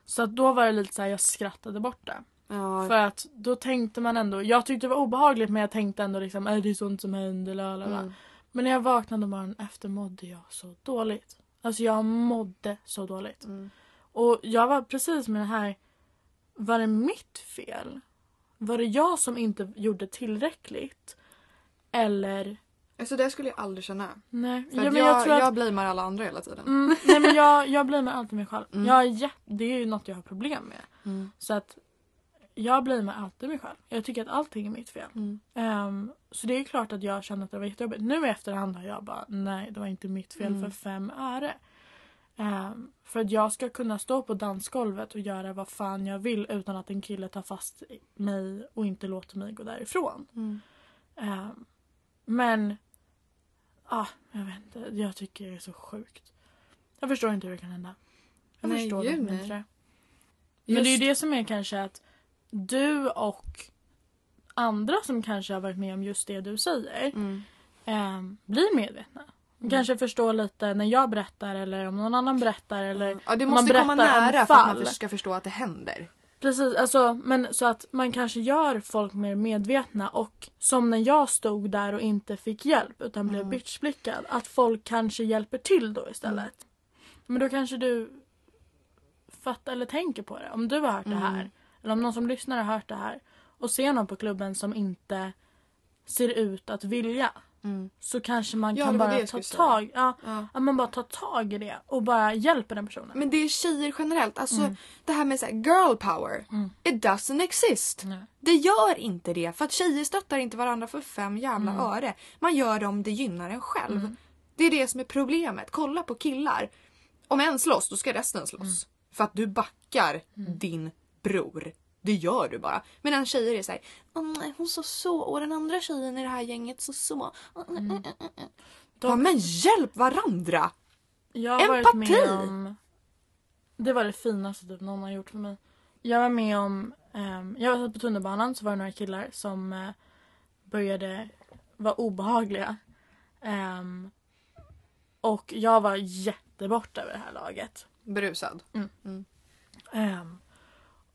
S2: Så att då var det lite så här, jag skrattade bort det.
S1: Ja,
S2: För att då tänkte man ändå, jag tyckte det var obehagligt men jag tänkte ändå liksom, är det är sånt som händer, la, la, la.
S1: mm.
S2: Men när jag vaknade morgonen efter mådde jag så dåligt. Alltså jag mådde så dåligt.
S1: Mm.
S2: Och jag var precis med det här. Var det mitt fel? Var det jag som inte gjorde tillräckligt? Eller?
S1: Alltså det skulle jag aldrig känna.
S2: Nej,
S1: För
S2: ja,
S1: att
S2: men
S1: jag,
S2: jag,
S1: jag,
S2: tror att...
S1: blamear alla andra hela tiden.
S2: Mm, nej men jag, jag blir med alltid mig själv.
S1: Mm.
S2: Jag är jä... Det är ju något jag har problem med.
S1: Mm.
S2: Så att jag blir med alltid mig själv. Jag tycker att allting är mitt fel.
S1: Mm.
S2: Ehm, så det är klart att jag kände att det var jättejobbigt. Nu i efterhand har jag bara, nej det var inte mitt fel
S1: Mm.
S2: för fem öre. Ehm, för att jag ska kunna stå på dansgolvet och göra vad fan jag vill utan att en kille tar fast mig och inte låter mig gå därifrån.
S1: Mm.
S2: Ehm, men, ah, jag vet inte, jag tycker det är så sjukt. Jag förstår inte hur det kan hända. Jag
S1: Nej,
S2: förstår
S1: gud,
S2: verkligen
S1: nej.
S2: inte det. Men det är
S1: Just-
S2: ju det som är kanske att du och andra som kanske har varit med om just det du säger
S1: Mm.
S2: ehm, blir medvetna. Kanske förstår lite när jag berättar eller om någon annan berättar eller
S1: Ja, det
S2: om man
S1: måste komma
S2: berättar om
S1: nära för att
S2: fall.
S1: man ska förstå att det händer.
S2: Precis, alltså, men så att man kanske gör folk mer medvetna och som när jag stod där och inte fick hjälp utan blev
S1: Mm.
S2: bitchblickad. Att folk kanske hjälper till då istället.
S1: Mm.
S2: Men då kanske du fattar eller tänker på det. Om du har hört det här
S1: Mm.
S2: eller om någon som lyssnar har hört det här och ser någon på klubben som inte ser ut att vilja så kanske man
S1: Mm. Ja,
S2: kan
S1: det var det
S2: bara
S1: jag
S2: ta
S1: skulle säga.
S2: tag, ja,
S1: Ja.
S2: att man bara tar tag i det och bara hjälper den personen.
S1: Men det är tjejer generellt. Alltså det här med så här, girl power.
S2: Mm.
S1: It doesn't exist.
S2: Nej.
S1: Det gör inte det. För att tjejer stöttar inte varandra för fem jävla
S2: Mm.
S1: öre. Man gör det om det gynnar en själv.
S2: Mm.
S1: Det är det som är problemet. Kolla på killar. Om en slåss, då ska resten slåss.
S2: Mm.
S1: För att du backar din bror. Det gör du bara. Medan tjejer är såhär, hon sa så och den andra tjejen i det här gänget sa så. Mm. Ja, men hjälp varandra!
S2: Jag har varit
S1: Empati!
S2: med om... Det var det finaste typ någon har gjort för mig. Jag var med om... ehm, jag var på tunnelbanan så var det några killar som eh, började vara obehagliga. Ehm, och jag var jättebort över det här laget.
S1: Berusad.
S2: Ehm,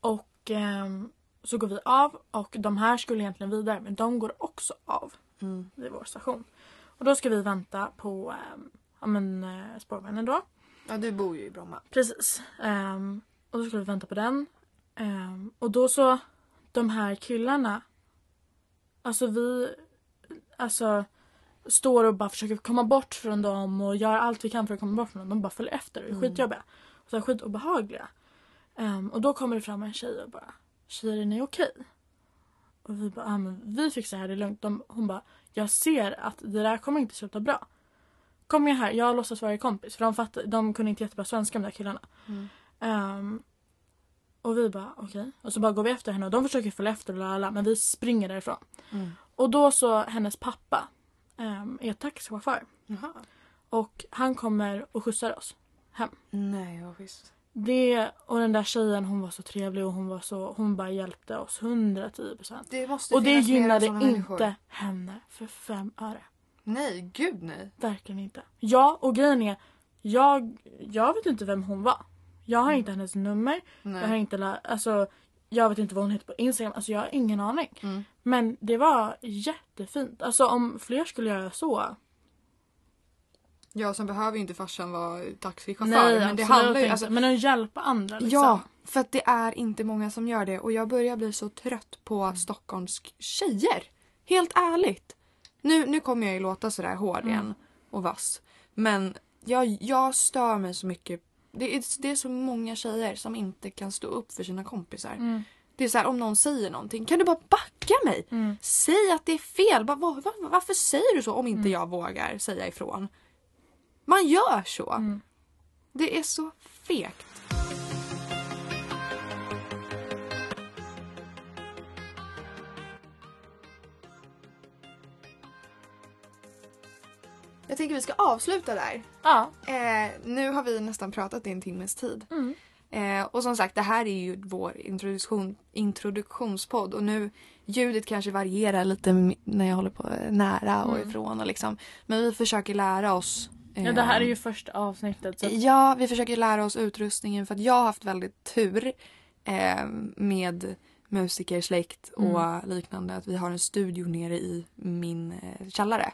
S2: och ehm, så går vi av och de här skulle egentligen vidare men de går också av
S1: Mm.
S2: vid vår station. Och då ska vi vänta på ehm, ja, men, eh, spårvagnen då.
S1: Ja, du bor ju i Bromma.
S2: Precis. Ehm, och då skulle vi vänta på den. Ehm, och då så, de här killarna. Alltså vi, alltså står och bara försöker komma bort från dem och gör allt vi kan för att komma bort från dem. De bara följer efter och är skitjobbiga. Och så här, skitobehagliga. Ehm, och då kommer det fram en tjej och bara, tjejer är ni okej? Och vi bara, ah, men vi fixar det här, det är lugnt. De, hon bara, jag ser att det där kommer inte sluta bra. Kom med här, jag låtsas vara er kompis. För de, fatt, de kunde inte jättebra svenska de där killarna.
S1: Mm.
S2: Ehm, och vi bara okej. Och så bara går vi efter henne och de försöker följa efter och lala, men vi springer därifrån.
S1: Mm.
S2: Och då så hennes pappa um, är taxichaufför. Och han kommer och skjutsar oss.
S1: Nej, vad schysst.
S2: Det och den där tjejen hon var så trevlig och hon var så, hon bara hjälpte oss 110%.
S1: Det måste
S2: Och det
S1: finnas mer
S2: gynnade
S1: såna
S2: inte
S1: människor.
S2: henne för fem öre.
S1: Nej, gud nej.
S2: Verkligen inte. Ja och grejen är, jag, jag vet inte vem hon var. Jag har inte hennes nummer, jag har
S1: Mm. nej.
S2: inte la, alltså jag vet inte vad hon heter på Instagram, alltså jag har ingen aning.
S1: Mm.
S2: Men det var jättefint. Alltså om fler skulle göra så.
S1: Ja, sen behöver ju inte farsan vara taxichaufför. men det
S2: absolut
S1: handlar ju...
S2: inte.
S1: Alltså,
S2: Men att hjälpa andra liksom.
S1: Ja, för att det är inte många som gör det och jag börjar bli så trött på
S2: Mm.
S1: Stockholms tjejer. Helt ärligt. Nu, nu kommer jag ju låta sådär
S2: Mm.
S1: hård igen och vass. Men jag, jag stör mig så mycket. Det är, det är så många tjejer som inte kan stå upp för sina kompisar.
S2: Mm.
S1: Det är så här om någon säger någonting, kan du bara backa mig?
S2: Mm.
S1: Säg att det är fel. Bara, "Var- var- varför säger du så om inte
S2: Mm.
S1: jag vågar säga ifrån? Man gör så.
S2: Mm.
S1: Det är så fegt. Jag tänker vi ska avsluta där.
S2: Ja.
S1: Eh, nu har vi nästan pratat i en timmes tid.
S2: Mm.
S1: Eh, och som sagt, det här är ju vår introduktion, introduktionspodd och nu ljudet kanske varierar lite m- när jag håller på eh, nära och
S2: Mm.
S1: ifrån och liksom. Men vi försöker lära oss.
S2: ja. Det här är
S1: eh,
S2: ju första avsnittet. Så att,
S1: Ja, vi försöker lära oss utrustningen för att jag har haft väldigt tur eh, med musikersläkt och
S2: Mm.
S1: liknande. Att vi har en studio nere i min eh, källare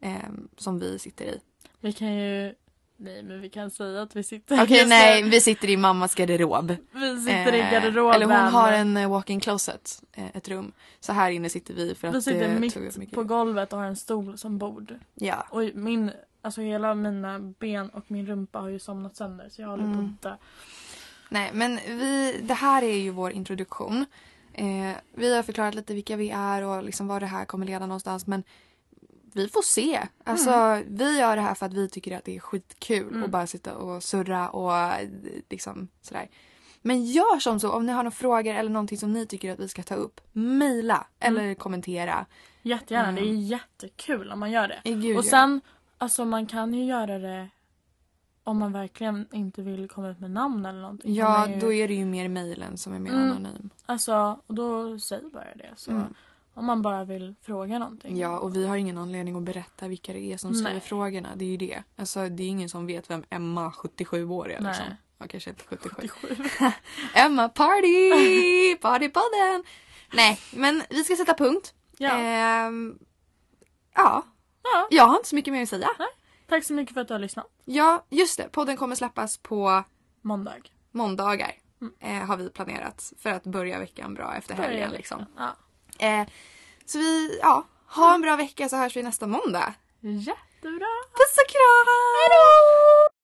S1: eh, som vi sitter i.
S2: vi kan ju... Nej men vi kan säga att vi sitter...
S1: Okej,
S2: just nu-
S1: nej, vi sitter i mammas garderob.
S2: Vi sitter
S1: Eh,
S2: i garderoben.
S1: Eller hon har en eh, walk-in closet, eh, ett rum. Så här inne sitter vi för att
S2: Vi sitter
S1: eh, tog upp
S2: mitt
S1: mycket.
S2: på golvet och har en stol som bord.
S1: Ja.
S2: Och min... Alltså hela mina ben och min rumpa har ju somnat sönder så jag håller på
S1: Mm.
S2: att dö.
S1: Nej, men vi, det här är ju vår introduktion. Eh, vi har förklarat lite vilka vi är och liksom vad det här kommer leda någonstans. Men vi får se. Alltså, Vi gör det här för att vi tycker att det är skitkul
S2: Mm.
S1: att bara sitta och surra och eh, liksom sådär. Men gör som så om ni har några frågor eller någonting som ni tycker att vi ska ta upp. Mejla
S2: Mm.
S1: eller kommentera.
S2: Jättegärna,
S1: Mm.
S2: det är jättekul om man gör det.
S1: Eh, Gud,
S2: Och
S1: ja.
S2: sen, alltså man kan ju göra det om man verkligen inte vill komma ut med namn eller någonting. Kan
S1: Ja,
S2: man ju,
S1: då är det ju mer mejlen som är mer
S2: Mm.
S1: anonym.
S2: Alltså, och då säg bara det. Så.
S1: Mm.
S2: Om man bara vill fråga någonting.
S1: Ja, och vi har ingen anledning att berätta vilka det är som skriver
S2: Nej.
S1: frågorna. Det är ju det. Alltså, det är ingen som vet vem Emma, 77 år, är.
S2: Nej.
S1: Liksom. Ja, kanske inte 77.
S2: 77.
S1: Emma Party! Partypodden! Nej, men vi ska sätta punkt.
S2: Ja.
S1: Ehm, ja,
S2: ja.
S1: jag har inte så mycket mer att säga.
S2: Tack så mycket för att du har lyssnat.
S1: Ja, just det. Podden kommer släppas på
S2: Måndag.
S1: måndagar.
S2: Mm.
S1: Eh, har vi planerat för att börja veckan bra efter helgen. Liksom.
S2: Ja.
S1: Eh, så vi, ja, ha en bra vecka så hörs vi nästa måndag.
S2: Jättebra.
S1: Puss och kram! Hejdå!